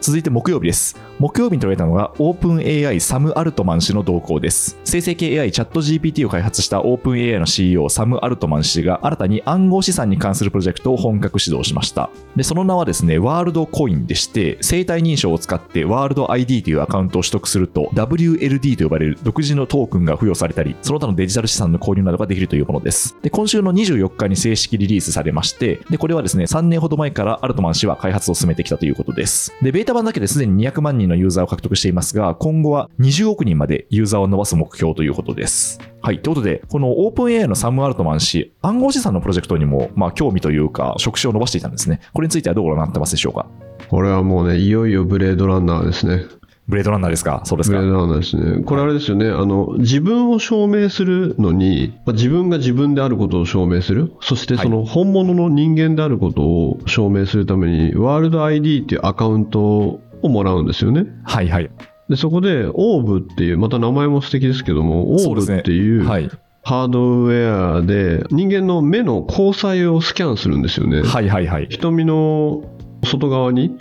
[SPEAKER 2] 続いて木曜日です。木曜日に取られたのが OpenAI サム・アルトマン氏の動向です。生成系 AI チャット GPT を開発した OpenAI の CEO サム・アルトマン氏が新たに暗号資産に関するプロジェクトを本格始動しました。で、その名はですね、ワールドコインでして、生体認証を使ってワールド ID というアカウントを取得すると WLD と呼ばれる独自のトークンが付与されたり、その他のデジタル資産の購入などができるというものです。で、今週の24日に正式リリースされまして、で、これはですね、3年ほど前からアルトマン氏は開発を進めてきたということです。で、ベータ版だけですでに200万人のユーザーを獲得していますが、今後は20億人までユーザーを伸ばす目標ということです。はい。ということで、この OpenAI のサム・アルトマン氏、暗号資産のプロジェクトにも、まあ、興味というか、職種を伸ばしていたんですね。これについてはどうご覧になってますでしょうか
[SPEAKER 3] これはもうねいよいよブレードランナーですね
[SPEAKER 2] ブレードランナーですかそうです
[SPEAKER 3] ブ
[SPEAKER 2] か
[SPEAKER 3] レードランナーですね。これあれですよね。あの、自分を証明するのに、まあ自分が自分であることを証明する。そして
[SPEAKER 2] はい
[SPEAKER 3] その本物の人間であることを証明するために、ワールド ID っていうアカウントをもらうんですよね。
[SPEAKER 2] はいはい
[SPEAKER 3] で、そこで、オーブっていう、また名前も素敵ですけども、オ
[SPEAKER 2] そうで
[SPEAKER 3] ー
[SPEAKER 2] す
[SPEAKER 3] ブ
[SPEAKER 2] ね
[SPEAKER 3] っていう
[SPEAKER 2] はい
[SPEAKER 3] ハードウェアで、人間の目の交際をスキャンするんですよね。
[SPEAKER 2] はいはいはい
[SPEAKER 3] 瞳の外側に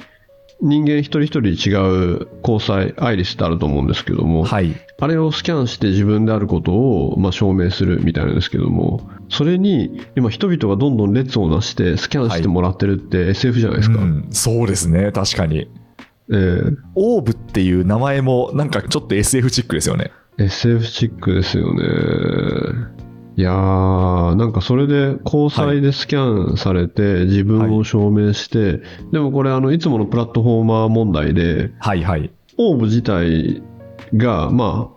[SPEAKER 3] 人間一人一人違う交際アイリスってあると思うんですけども、
[SPEAKER 2] はい
[SPEAKER 3] あれをスキャンして自分であることを、まあ、証明するみたいなんですけどもそれに今人々がどんどん列をなしてスキャンしてもらってるって SF じゃないですか、
[SPEAKER 2] うん、そうですね確かに
[SPEAKER 3] え
[SPEAKER 2] オーブっていう名前もなんかちょっと SF チックですよね
[SPEAKER 3] え SF チックですよねいやーなんかそれで交際でスキャンされて自分を証明して、でもこれあのいつものプラットフォーマー問題で
[SPEAKER 2] はいはい
[SPEAKER 3] オーブ自体が、ま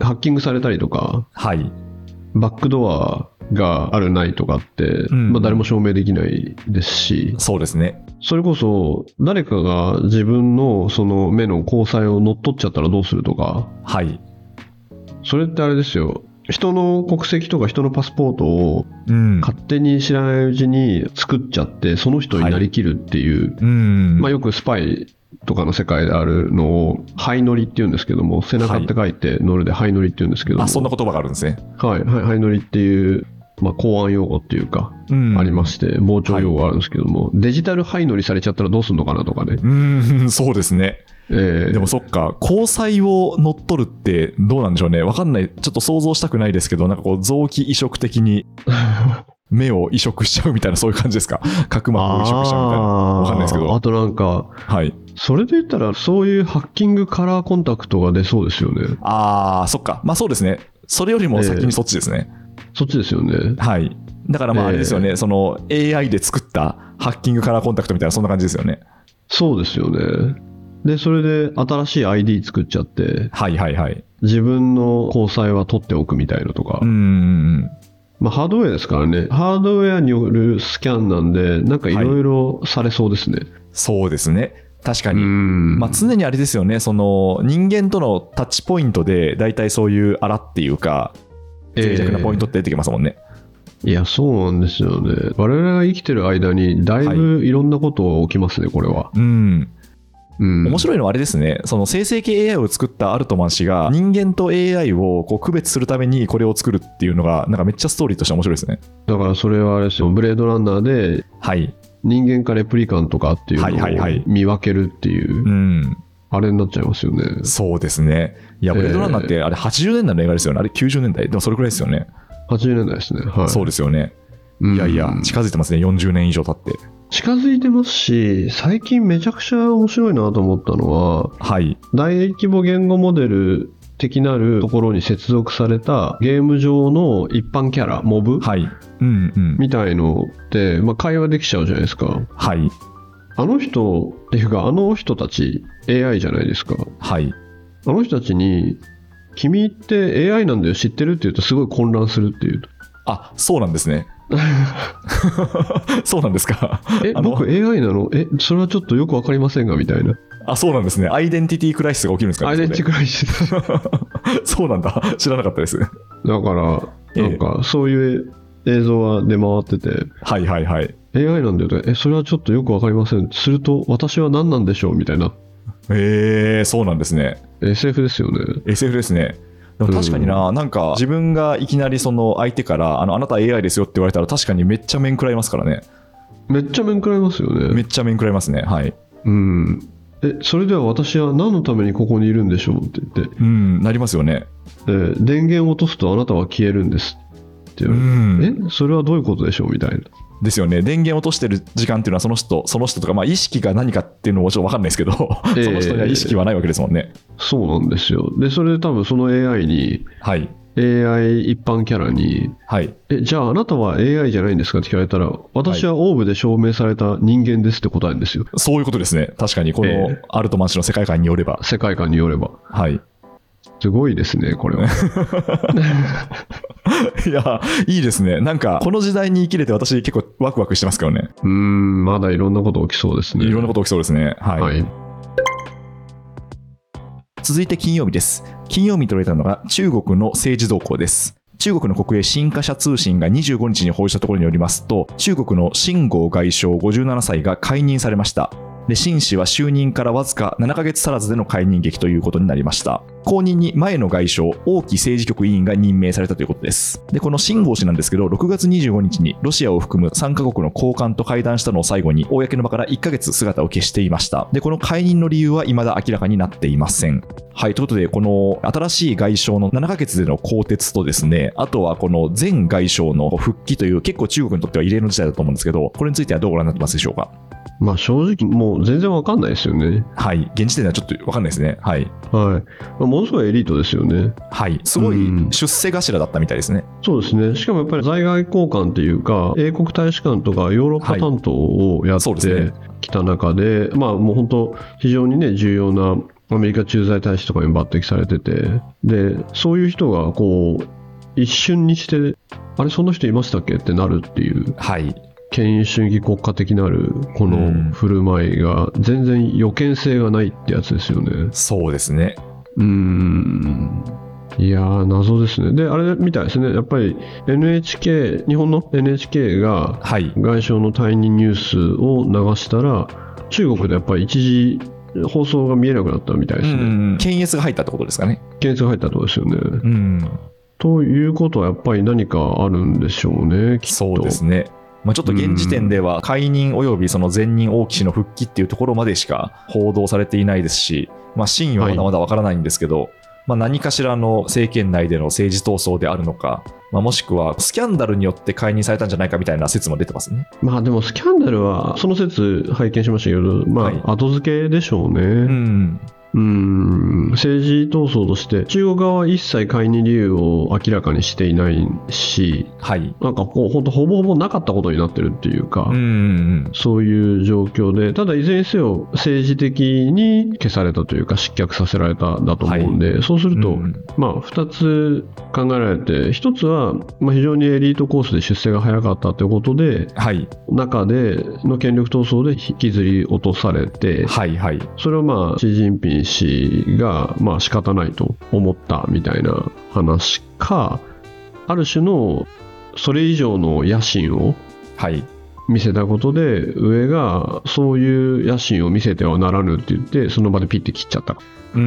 [SPEAKER 3] あ、ハッキングされたりとか、
[SPEAKER 2] はい
[SPEAKER 3] バックドアがあるないとかって、
[SPEAKER 2] ん
[SPEAKER 3] まあ、誰も証明できないですし、
[SPEAKER 2] そうですね
[SPEAKER 3] それこそ、誰かが自分のその目の交際を乗っ取っちゃったらどうするとか、
[SPEAKER 2] はい
[SPEAKER 3] それってあれですよ。人の国籍とか人のパスポートを
[SPEAKER 2] うん
[SPEAKER 3] 勝手に知らないうちに作っちゃってその人になりきるっていう、
[SPEAKER 2] うん、
[SPEAKER 3] まあ、よくスパイとかの世界であるのを「灰乗り」っていうんですけども背中って書いて乗るで灰乗りっていうんですけども、
[SPEAKER 2] あそんな言葉があるんですね、
[SPEAKER 3] はい、はい、ハイノリっていう、まあ、公安用語っていうか、
[SPEAKER 2] うん
[SPEAKER 3] ありまして、傍聴用語があるんですけども、デジタルハイノリされちゃったらどうするのかなとかね。
[SPEAKER 2] うんそうですね
[SPEAKER 3] えー
[SPEAKER 2] でもそっか交際を乗っ取るってどうなんでしょうねわかんないちょっと想像したくないですけどなんかこう臓器移植的 に目を移植しちゃうみたいなそういう感じですか角膜を移植しちゃうみたいな
[SPEAKER 3] あー
[SPEAKER 2] わかんないですけど
[SPEAKER 3] あとなんか、
[SPEAKER 2] はい
[SPEAKER 3] それで言ったら、そういうハッキングカラーコンタクトが出そうですよね。
[SPEAKER 2] あーそっかまあそうですねそれよりも先にそっちですね、
[SPEAKER 3] そっちですよね。
[SPEAKER 2] はい。だからまあ
[SPEAKER 3] ええ
[SPEAKER 2] あれですよね、その AI で作ったハッキングカラーコンタクトみたいな、そんな感じですよね。
[SPEAKER 3] そうですよね。で、それで新しい ID 作っちゃって、
[SPEAKER 2] はいはいはい。
[SPEAKER 3] 自分の交際は取っておくみたいなとか
[SPEAKER 2] うー、ん。
[SPEAKER 3] まあ、ハードウェアですからね、ハードウェアによるスキャンなんで、なんかいろいろされそうですね。
[SPEAKER 2] そうですね。確か
[SPEAKER 3] う
[SPEAKER 2] に。
[SPEAKER 3] ん
[SPEAKER 2] まあ、常にあれですよね、その人間とのタッチポイントで、大体そういうあらっていうか、脆弱なポイントって出てきますもんね。
[SPEAKER 3] いや、そうなんですよね。我々が生きてる間に、だいぶいろんなことが起きますね、これは。
[SPEAKER 2] うん。
[SPEAKER 3] うん、
[SPEAKER 2] 面白いのはあれですね、その生成系 AI を作ったアルトマン氏が、人間と AI をこう区別するためにこれを作るっていうのが、なんかめっちゃストーリーとして面白いですね。
[SPEAKER 3] だからそれはあれですよ、ブレードランナーで
[SPEAKER 2] はい。
[SPEAKER 3] 人間かレプリカンとかっていうの
[SPEAKER 2] はいはいはい
[SPEAKER 3] を見分けるっていう、
[SPEAKER 2] うん。
[SPEAKER 3] あれになっちゃいますよね。
[SPEAKER 2] そうですね。いや、
[SPEAKER 3] えー
[SPEAKER 2] ブレードランナーって、あれ80年代の映画ですよね。あれ90年代。でもそれくらいですよね。
[SPEAKER 3] 80年代ですね。はい、
[SPEAKER 2] そうですよね。
[SPEAKER 3] うん
[SPEAKER 2] いやいや、近づいてますね。40年以上経って。
[SPEAKER 3] 近づいてますし、最近めちゃくちゃ面白いなと思ったのは、
[SPEAKER 2] はい。
[SPEAKER 3] 大規模言語モデル的なるところに接続されたゲーム上の一般キャラ、モブ、
[SPEAKER 2] はい。うんうん。
[SPEAKER 3] みたいのって、まあ、会話できちゃうじゃないですか。
[SPEAKER 2] はい。
[SPEAKER 3] あの人っていうかあの人たち AI じゃないですか
[SPEAKER 2] はい。
[SPEAKER 3] あの人たちに「君って AI なんだよ知ってる?」って言うとすごい混乱するって いう
[SPEAKER 2] あ、そうなんですね。 そうなんですか。
[SPEAKER 3] 「え
[SPEAKER 2] あの
[SPEAKER 3] 僕 AI なのえそれはちょっとよく分かりませんが」みたいな
[SPEAKER 2] あ、そうなんですね。アイデンティティクライシスが起きるんですか
[SPEAKER 3] ア
[SPEAKER 2] ね。
[SPEAKER 3] イデンティクライシスだか
[SPEAKER 2] そこで そうなんだ。知らなかったです。
[SPEAKER 3] ら
[SPEAKER 2] ええ
[SPEAKER 3] なんかそういう映像は出回ってて
[SPEAKER 2] はいはいはい。
[SPEAKER 3] 「AI なんだよ」とか「えそれはちょっとよく分かりません」すると「私は何なんでしょう?」みたいな
[SPEAKER 2] えー、そうなんですね。
[SPEAKER 3] SF ですよね
[SPEAKER 2] SF ですね。でも確かにな、なんか自分がいきなりその相手からあの、あなた AI ですよって言われたら、確かにめっちゃ面食らいますからね。
[SPEAKER 3] めっちゃ面食らいますよね
[SPEAKER 2] めっちゃ面食らいますね。はい。
[SPEAKER 3] うんえそれでは私は何のためにここにいるんでしょうって言って
[SPEAKER 2] うん、なりますよね。
[SPEAKER 3] えー電源を落とすとあなたは消えるんですって言
[SPEAKER 2] う
[SPEAKER 3] われ
[SPEAKER 2] ん。
[SPEAKER 3] て、えそれはどういうことでしょうみたいな
[SPEAKER 2] ですよね。電源落としてる時間っていうのは、その人、その人とか、まあ、意識が何かっていうのもちょっとわかんないですけど、
[SPEAKER 3] ええ
[SPEAKER 2] その人には意識はないわけですもんね。
[SPEAKER 3] そうなんですよでそれで多分その AI に
[SPEAKER 2] はい。
[SPEAKER 3] AI 一般キャラに
[SPEAKER 2] はい。
[SPEAKER 3] えじゃああなたは AI じゃないんですかって聞かれたら私はオーブで証明された人間ですって答えるんですよ、
[SPEAKER 2] そういうことですね。確かに、こ
[SPEAKER 3] え
[SPEAKER 2] のアルトマン氏の世界観によれば。
[SPEAKER 3] 世界観によれば
[SPEAKER 2] はい。
[SPEAKER 3] すごいですねこれ は
[SPEAKER 2] いや、いいですね。なんか、この時代に生きれて、私、結構ワクワクしてますけどね。
[SPEAKER 3] うーんまだいろんなこと起きそうですね
[SPEAKER 2] いろんなこと起きそうですね。はい。
[SPEAKER 3] はい
[SPEAKER 2] 続いて金曜日です。金曜日に取れたのが中国の政治動向です。中国の国営新華社通信が25日に報じたところによりますと、中国の秦剛外相57歳が解任されました。で、秦氏は就任からわずか7ヶ月足らずでの解任劇ということになりました。後任に前の外相、王毅政治局委員が任命されたということです。で、この秦剛氏なんですけど、6月25日にロシアを含む3カ国の高官と会談したのを最後に、公の場から1ヶ月姿を消していました。で、この解任の理由は未だ明らかになっていません。はい、ということで、この新しい外相の7ヶ月での更迭とですね、あとはこの前外相の復帰という、結構中国にとっては異例の事態だと思うんですけど、これについてはどうご覧になってますでしょうか。
[SPEAKER 3] まあ正直もう全然わかんないですよね。
[SPEAKER 2] はい、現時点ではちょっと分かんないですね。はい、
[SPEAKER 3] はい。まあ、ものすごいエリートですよね。
[SPEAKER 2] はい、すごい
[SPEAKER 3] うん
[SPEAKER 2] 出世頭だったみたいですね。
[SPEAKER 3] そうですね。しかもやっぱり在外交換っていうか、英国大使館とかヨーロッパ担当をやっ
[SPEAKER 2] そうですね
[SPEAKER 3] てきた中で、まあもう本当、非常にね、重要なアメリカ駐在大使とかに抜擢されてて、で、そういう人がこう、一瞬にして、あれ、そんな人いましたっけってなるっていう、
[SPEAKER 2] はい、
[SPEAKER 3] 権威主義国家的なるこ
[SPEAKER 2] うん
[SPEAKER 3] の振る舞いが、全然予見性がないってやつですよね。
[SPEAKER 2] そうですね。
[SPEAKER 3] うーんいやー謎ですね。で、あれみたいですね、やっぱり NHK、日本の NHK が
[SPEAKER 2] はい、
[SPEAKER 3] 外相の退任ニュースを流したら、中国でやっぱり一時放送が見えなくなったみたいですね。
[SPEAKER 2] 検閲が入ったってことですかね。
[SPEAKER 3] 検閲が入ったとこですよ
[SPEAKER 2] う
[SPEAKER 3] ね。
[SPEAKER 2] ん、
[SPEAKER 3] ということは、やっぱり何かあるんでしょうね、きっと。
[SPEAKER 2] そうですね。まあ、ちょっと現時点では解任およびその前任王毅氏の復帰っていうところまでしか報道されていないですし、まあ、真意はまだまだわからないんですけど、まあ、何かしらの政権内での政治闘争であるのか、まあ、もしくはスキャンダルによって解任されたんじゃないかみたいな説も出てますね。
[SPEAKER 3] まあでも、スキャンダルは、その説拝見しましたけど、ま
[SPEAKER 2] はい
[SPEAKER 3] あ、後付けでしょうね。
[SPEAKER 2] うん、
[SPEAKER 3] うーん政治闘争として中国側は一切介入理由を明らかにしていないし
[SPEAKER 2] はい。
[SPEAKER 3] なんかこうほんとほぼほぼなかったことになってるっていうか、
[SPEAKER 2] うんうん
[SPEAKER 3] そういう状況でただいずれにせよ政治的に消されたというか失脚させられただと思うんで、そうす
[SPEAKER 2] う
[SPEAKER 3] る
[SPEAKER 2] ん、
[SPEAKER 3] と、
[SPEAKER 2] うん
[SPEAKER 3] まあ、2つ考えられて1つは、まあ、非常にエリートコースで出世が早かったということで
[SPEAKER 2] はい、
[SPEAKER 3] 中での権力闘争で引きずり落とされて、
[SPEAKER 2] はい、はい。
[SPEAKER 3] それをまあ、シ・ジンピン氏が、まあ仕方ないと思ったみたいな話か、ある種のそれ以上の野心を
[SPEAKER 2] はい。
[SPEAKER 3] 見せたことで、上がそういう野心を見せてはならぬって言って、その場でピッて切っちゃったっ
[SPEAKER 2] うー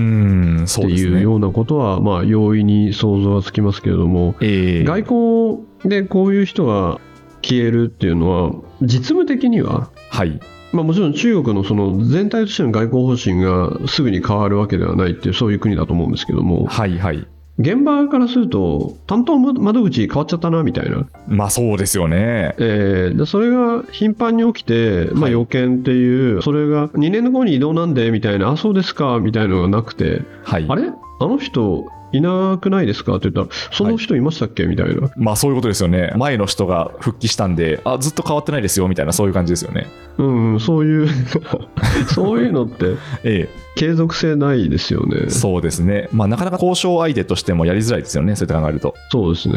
[SPEAKER 2] ん、
[SPEAKER 3] て
[SPEAKER 2] そうです
[SPEAKER 3] いう
[SPEAKER 2] ね。
[SPEAKER 3] ようなことは、まあ容易に想像はつきますけれども、
[SPEAKER 2] ええ
[SPEAKER 3] 外交でこういう人が消えるっていうのは、実務的には
[SPEAKER 2] はい。
[SPEAKER 3] まあ、もちろん中国のその全体としての外交方針がすぐに変わるわけではないっていうそういう国だと思うんですけども
[SPEAKER 2] はい、はい。
[SPEAKER 3] 現場からすると担当窓口変わっちゃったなみたいな、
[SPEAKER 2] まあ、そうですよね。
[SPEAKER 3] えーでそれが頻繁に起きて、ま
[SPEAKER 2] は
[SPEAKER 3] あ、
[SPEAKER 2] い
[SPEAKER 3] 予見っていう、それが2年後に移動なんでみたいなあそうですかみたいなのがなくて
[SPEAKER 2] はい。
[SPEAKER 3] あれあの人いなくないですかって言ったらその人いましたっけみたいな
[SPEAKER 2] まあ、そういうことですよね。前の人が復帰したんで、あ、ずっと変わってないですよ、みたいな、そういう感じですよね。
[SPEAKER 3] うんうんそういう そういうのって
[SPEAKER 2] え
[SPEAKER 3] 継続性ないですよね
[SPEAKER 2] え、そうですね。まあ、なかなか交渉相手としてもやりづらいですよね、そうやって考えると。
[SPEAKER 3] そうですね、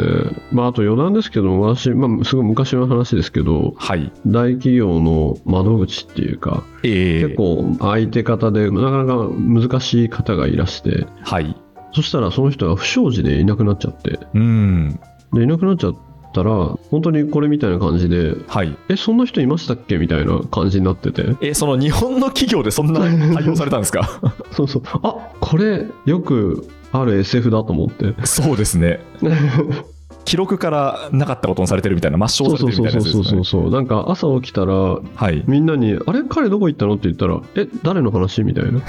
[SPEAKER 3] まあ、あと余談ですけども、私、まあ、すごい昔の話ですけど、
[SPEAKER 2] はい。
[SPEAKER 3] 大企業の窓口っていうか、
[SPEAKER 2] ええ
[SPEAKER 3] 結構相手方で、なかなか難しい方がいらして、
[SPEAKER 2] はい。
[SPEAKER 3] そしたらその人が不祥事でいなくなっちゃって、
[SPEAKER 2] うん。
[SPEAKER 3] でいなくなっちゃったら、本当にこれみたいな感じで、
[SPEAKER 2] はい。
[SPEAKER 3] え、そんな人いましたっけみたいな感じになってて、
[SPEAKER 2] え、その日本の企業でそんな対応されたんです か
[SPEAKER 3] そうそう、あこれ、よくある SF だと思って、
[SPEAKER 2] そうですね。記録からなかったことにされてるみたいな、抹消
[SPEAKER 3] そう
[SPEAKER 2] さ
[SPEAKER 3] そ
[SPEAKER 2] れ
[SPEAKER 3] う
[SPEAKER 2] てるみたい
[SPEAKER 3] そう
[SPEAKER 2] な
[SPEAKER 3] そ
[SPEAKER 2] やつで
[SPEAKER 3] う
[SPEAKER 2] す
[SPEAKER 3] そう
[SPEAKER 2] よ
[SPEAKER 3] そう
[SPEAKER 2] ね。
[SPEAKER 3] そう、なんか朝起きたら、
[SPEAKER 2] はい。
[SPEAKER 3] みんなに「あれ彼どこ行ったの?」って言ったら「え誰の話?」 みたいな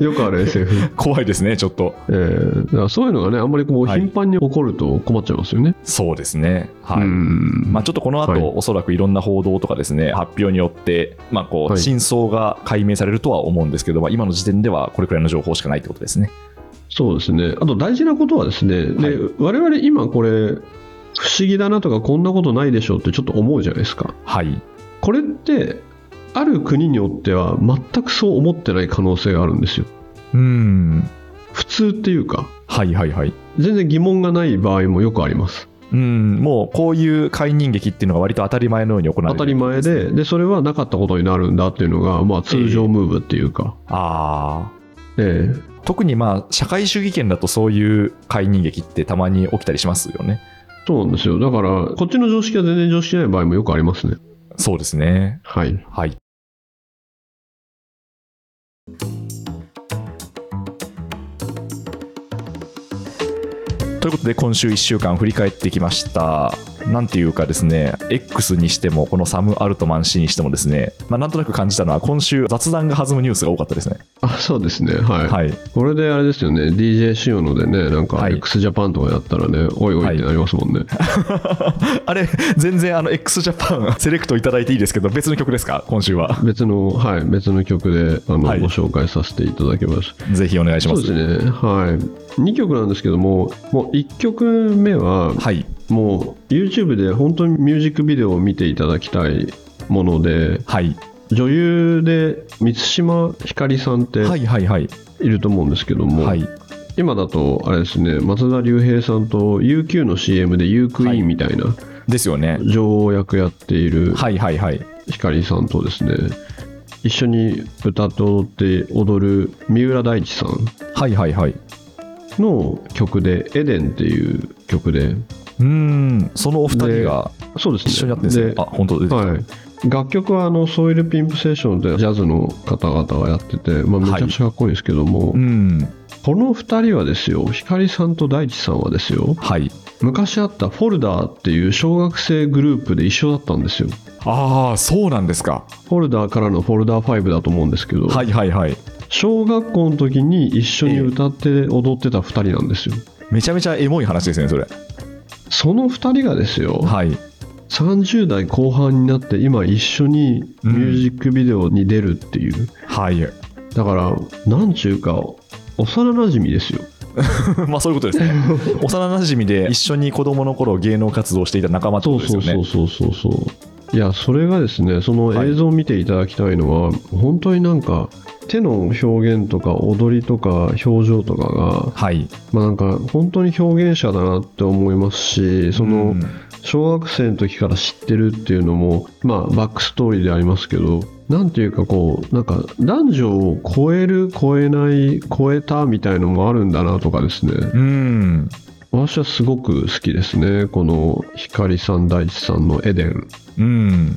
[SPEAKER 3] よくある SF、
[SPEAKER 2] 怖いですね、ちょっと。
[SPEAKER 3] えーだからそういうのがねあんまりこう
[SPEAKER 2] はい
[SPEAKER 3] 頻繁に起こると困っちゃいますよね、
[SPEAKER 2] そうですね。はい。
[SPEAKER 3] うん
[SPEAKER 2] まあ、ちょっとこの後、
[SPEAKER 3] はい
[SPEAKER 2] おそらくいろんな報道とかですね発表によって、まあこう
[SPEAKER 3] はい
[SPEAKER 2] 真相が解明されるとは思うんですけど、まあ、今の時点ではこれくらいの情報しかないってことですね。
[SPEAKER 3] そうですねあと大事なことはですね、で我々今これ不思議だなとかこんなことないでしょうってちょっと思うじゃないですか
[SPEAKER 2] はい、
[SPEAKER 3] これってある国によっては全くそう思ってない可能性があるんですよ
[SPEAKER 2] うん
[SPEAKER 3] 普通っていうか
[SPEAKER 2] はいはいはい。
[SPEAKER 3] 全然疑問がない場合もよくあります
[SPEAKER 2] うん、もうこういう解任劇っていうのが割と当たり前のように行われ
[SPEAKER 3] 当
[SPEAKER 2] て
[SPEAKER 3] たり前ででそれはなかったことになるんだっていうのが、まあ、通常ムーブっていうか、
[SPEAKER 2] あ
[SPEAKER 3] ええ
[SPEAKER 2] 特にまあ社会主義圏だとそういう解任劇ってたまに起きたりしますよね
[SPEAKER 3] そうなんですよ。だから、こっちの常識は全然常識じゃない場合もよくありますね。
[SPEAKER 2] そうですね
[SPEAKER 3] はい。
[SPEAKER 2] はいということで今週1週間振り返ってきましたなんていうかですね X にしてもこのサム・アルトマン氏にしてもですね、まあ、なんとなく感じたのは今週雑談が弾むニュースが多かったですね
[SPEAKER 3] あ、そうですね。はい。
[SPEAKER 2] はい
[SPEAKER 3] これであれですよね。DJ 仕様のでね、なんか
[SPEAKER 2] はい
[SPEAKER 3] x ジャパンとかやったらね、おいおいってなりますもんね。
[SPEAKER 2] あれ、全然あの x ジャパン セレクトいただいていいですけど、別の曲ですか、今週は。
[SPEAKER 3] 別の、はい、別の曲であの、
[SPEAKER 2] はい
[SPEAKER 3] ご紹介させていただきます。
[SPEAKER 2] ぜひお願いしま
[SPEAKER 3] そう
[SPEAKER 2] す。
[SPEAKER 3] ですね。はい。2曲なんですけども、もう1曲目は、
[SPEAKER 2] はい、
[SPEAKER 3] もう YouTube で本当にミュージックビデオを見ていただきたいもので、
[SPEAKER 2] はい、
[SPEAKER 3] 女優で満島ひかりさんって
[SPEAKER 2] はい、はい、はい、
[SPEAKER 3] いると思うんですけども、
[SPEAKER 2] はい、
[SPEAKER 3] 今だとあれですね松田龍平さんと UQ の CM で U クイーンみたいな
[SPEAKER 2] ですよね。
[SPEAKER 3] 女王役やっている
[SPEAKER 2] はい、はい、はい、
[SPEAKER 3] ひかりさんとですね一緒に歌って踊って踊る三浦大知さん
[SPEAKER 2] はい、はい、はい。
[SPEAKER 3] の曲で「エデン」っていう曲で
[SPEAKER 2] うーん、そのお二人が
[SPEAKER 3] そうですね
[SPEAKER 2] 一緒にやってるんです
[SPEAKER 3] で
[SPEAKER 2] よ。あ、本当出てきた。
[SPEAKER 3] はい楽曲はあのソイルピンプセッションでジャズの方々がやってて、まあ、めちゃくちゃかっこいいですけども、
[SPEAKER 2] うん、
[SPEAKER 3] この2人はですよひかりさんと大地さんはですよ
[SPEAKER 2] はい。
[SPEAKER 3] 昔あったフォルダーっていう小学生グループで一緒だったんですよ
[SPEAKER 2] ああ、そうなんですか。
[SPEAKER 3] フォルダーからのフォルダー5だと思うんですけど、
[SPEAKER 2] はい、はい、はい。
[SPEAKER 3] 小学校の時に一緒に歌って踊ってた2人なんですよ、
[SPEAKER 2] めちゃめちゃエモい話ですね、それ。
[SPEAKER 3] その2人がですよ
[SPEAKER 2] はい。
[SPEAKER 3] 30代後半になって今一緒にミュージックビデオに出るっていう、
[SPEAKER 2] はい。
[SPEAKER 3] だからなんちゅうか幼なじみですよ
[SPEAKER 2] まあ、そういうこと ですね。幼馴染みで一緒に子供の頃芸能活動していた仲間って
[SPEAKER 3] そ
[SPEAKER 2] こ
[SPEAKER 3] う
[SPEAKER 2] とです
[SPEAKER 3] そ
[SPEAKER 2] よ
[SPEAKER 3] う
[SPEAKER 2] ね。
[SPEAKER 3] そうそうそうそういやそれがですねその
[SPEAKER 2] はい
[SPEAKER 3] 映像を見ていただきたいのは、本当になんか手の表現とか踊りとか表情とかが、
[SPEAKER 2] はい。
[SPEAKER 3] まあ、なんか本当に表現者だなって思いますしその
[SPEAKER 2] うん
[SPEAKER 3] 小学生の時から知ってるっていうのも、まあ、バックストーリーでありますけどなんていうかこうなんか男女を超える超えない超えたみたいのもあるんだなとかですね
[SPEAKER 2] うん。
[SPEAKER 3] 私はすごく好きですねこの光さん大地さんの「エデン」
[SPEAKER 2] うん。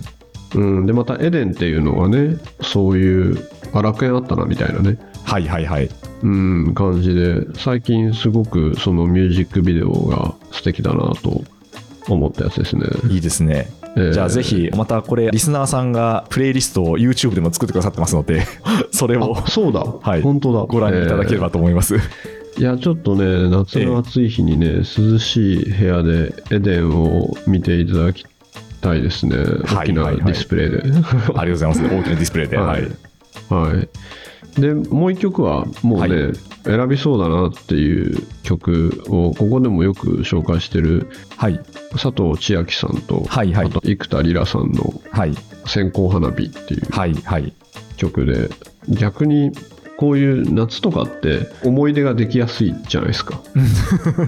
[SPEAKER 3] うん、でまたエデンっていうのがねそういうあ楽園あったなみたいなね、
[SPEAKER 2] はいはいはい。
[SPEAKER 3] うん、感じで最近すごくそのミュージックビデオが素敵だなと思ったやつですね、
[SPEAKER 2] いいですね。
[SPEAKER 3] えー
[SPEAKER 2] じゃあぜひ、またこれ、リスナーさんがプレイリストを YouTube でも作ってくださってますので、それを
[SPEAKER 3] あそうだ、
[SPEAKER 2] い
[SPEAKER 3] 本当だ
[SPEAKER 2] ご覧いただければと思います。
[SPEAKER 3] えーいやちょっとね夏の暑い日にね、涼しい部屋でエデンを見ていただきたいですね
[SPEAKER 2] はい
[SPEAKER 3] 大きな
[SPEAKER 2] はい
[SPEAKER 3] デ
[SPEAKER 2] はい
[SPEAKER 3] ィスプレイで、
[SPEAKER 2] ありがとうございます。大きなディスプレイで。
[SPEAKER 3] は
[SPEAKER 2] はいい。
[SPEAKER 3] はい、でもう一曲はもうね、
[SPEAKER 2] は
[SPEAKER 3] 選びそうだなっていう曲をここでもよく紹介してる
[SPEAKER 2] はい。
[SPEAKER 3] 佐藤千秋さんと、
[SPEAKER 2] はいはい
[SPEAKER 3] あと生田リラさんの
[SPEAKER 2] はい。
[SPEAKER 3] 「線香花火」っていう
[SPEAKER 2] はい。はい。
[SPEAKER 3] 曲で逆にこういう夏とかって思い出ができやすいじゃないですか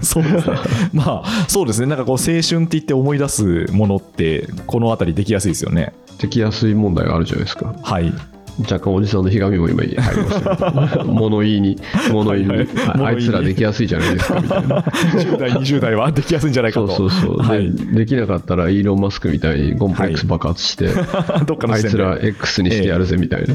[SPEAKER 2] そうですね。 まあ、そうですね。なんかこう、青春って言って思い出すものって、このあたりできやすいですよね。
[SPEAKER 3] できやすい問題があるじゃないですか
[SPEAKER 2] はい。
[SPEAKER 3] 若干おじさんのひがみも今入りました けど物言いに物言いに、
[SPEAKER 2] はいはい
[SPEAKER 3] ああいつら
[SPEAKER 2] 物言いに
[SPEAKER 3] できやすいじゃないですかみたいな
[SPEAKER 2] 10代、20代 はできやすいんじゃないか
[SPEAKER 3] そ
[SPEAKER 2] と。
[SPEAKER 3] うそうそう、
[SPEAKER 2] は
[SPEAKER 3] で
[SPEAKER 2] い。
[SPEAKER 3] できなかったらイーロン・マスクみたいにコンプレックス爆発して、
[SPEAKER 2] どっかの
[SPEAKER 3] あ
[SPEAKER 2] 時
[SPEAKER 3] い
[SPEAKER 2] 点
[SPEAKER 3] つ
[SPEAKER 2] で。
[SPEAKER 3] ら X にしてやるぜみたいな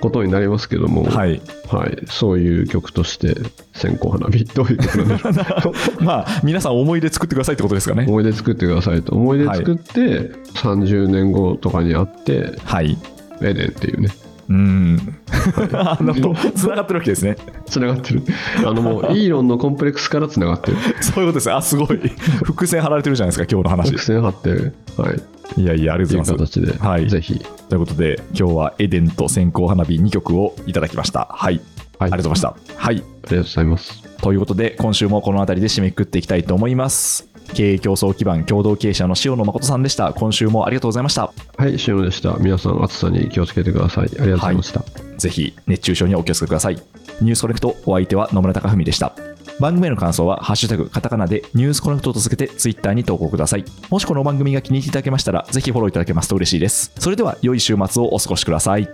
[SPEAKER 3] ことになりますけども、はい
[SPEAKER 2] はい。
[SPEAKER 3] そういう曲として「線香花火」どういう曲なんでしょう
[SPEAKER 2] まあ、皆さん思い出作ってくださいってことですかね。
[SPEAKER 3] 思い出作ってくださいと思い出作って、30年後とかに会って
[SPEAKER 2] はい。
[SPEAKER 3] 「エデン」っていうね
[SPEAKER 2] うん。 あの、 つながってるわけですね。
[SPEAKER 3] つながってるあのもうイーロンのコンプレックスからつなが ってる
[SPEAKER 2] そういうことです。あ、すごい。伏線張られてるじゃないですか、今日の話
[SPEAKER 3] 伏。線張ってるはい
[SPEAKER 2] いやいや、ありが
[SPEAKER 3] と
[SPEAKER 2] と
[SPEAKER 3] いうう
[SPEAKER 2] ございます。
[SPEAKER 3] 形で、
[SPEAKER 2] はい
[SPEAKER 3] ぜひ
[SPEAKER 2] ということで、今日はエデンと線香花火2曲をいただきました。はい。あ
[SPEAKER 3] は
[SPEAKER 2] り
[SPEAKER 3] い
[SPEAKER 2] がとうございました。はい。
[SPEAKER 3] ありがとうございます
[SPEAKER 2] ということで、今週もこの辺りで締めくくっていきたいと思います。経営競争基盤共同経営者の塩野誠さんでした。今週もありがとうございました。
[SPEAKER 3] はい、塩野でした。皆さん、暑さに気をつけてください。ありがとうございました。
[SPEAKER 2] ぜひ熱中症にはお気をつけください。ニュースコネクトお相手は野村貴文でした。番組への感想は、ハッシュタグカタカナでニュースコネクトと続けてツイッターに投稿ください。もしこの番組が気に入っていただけましたら、ぜひフォローいただけますと嬉しいです。それでは良い週末をお過ごしください。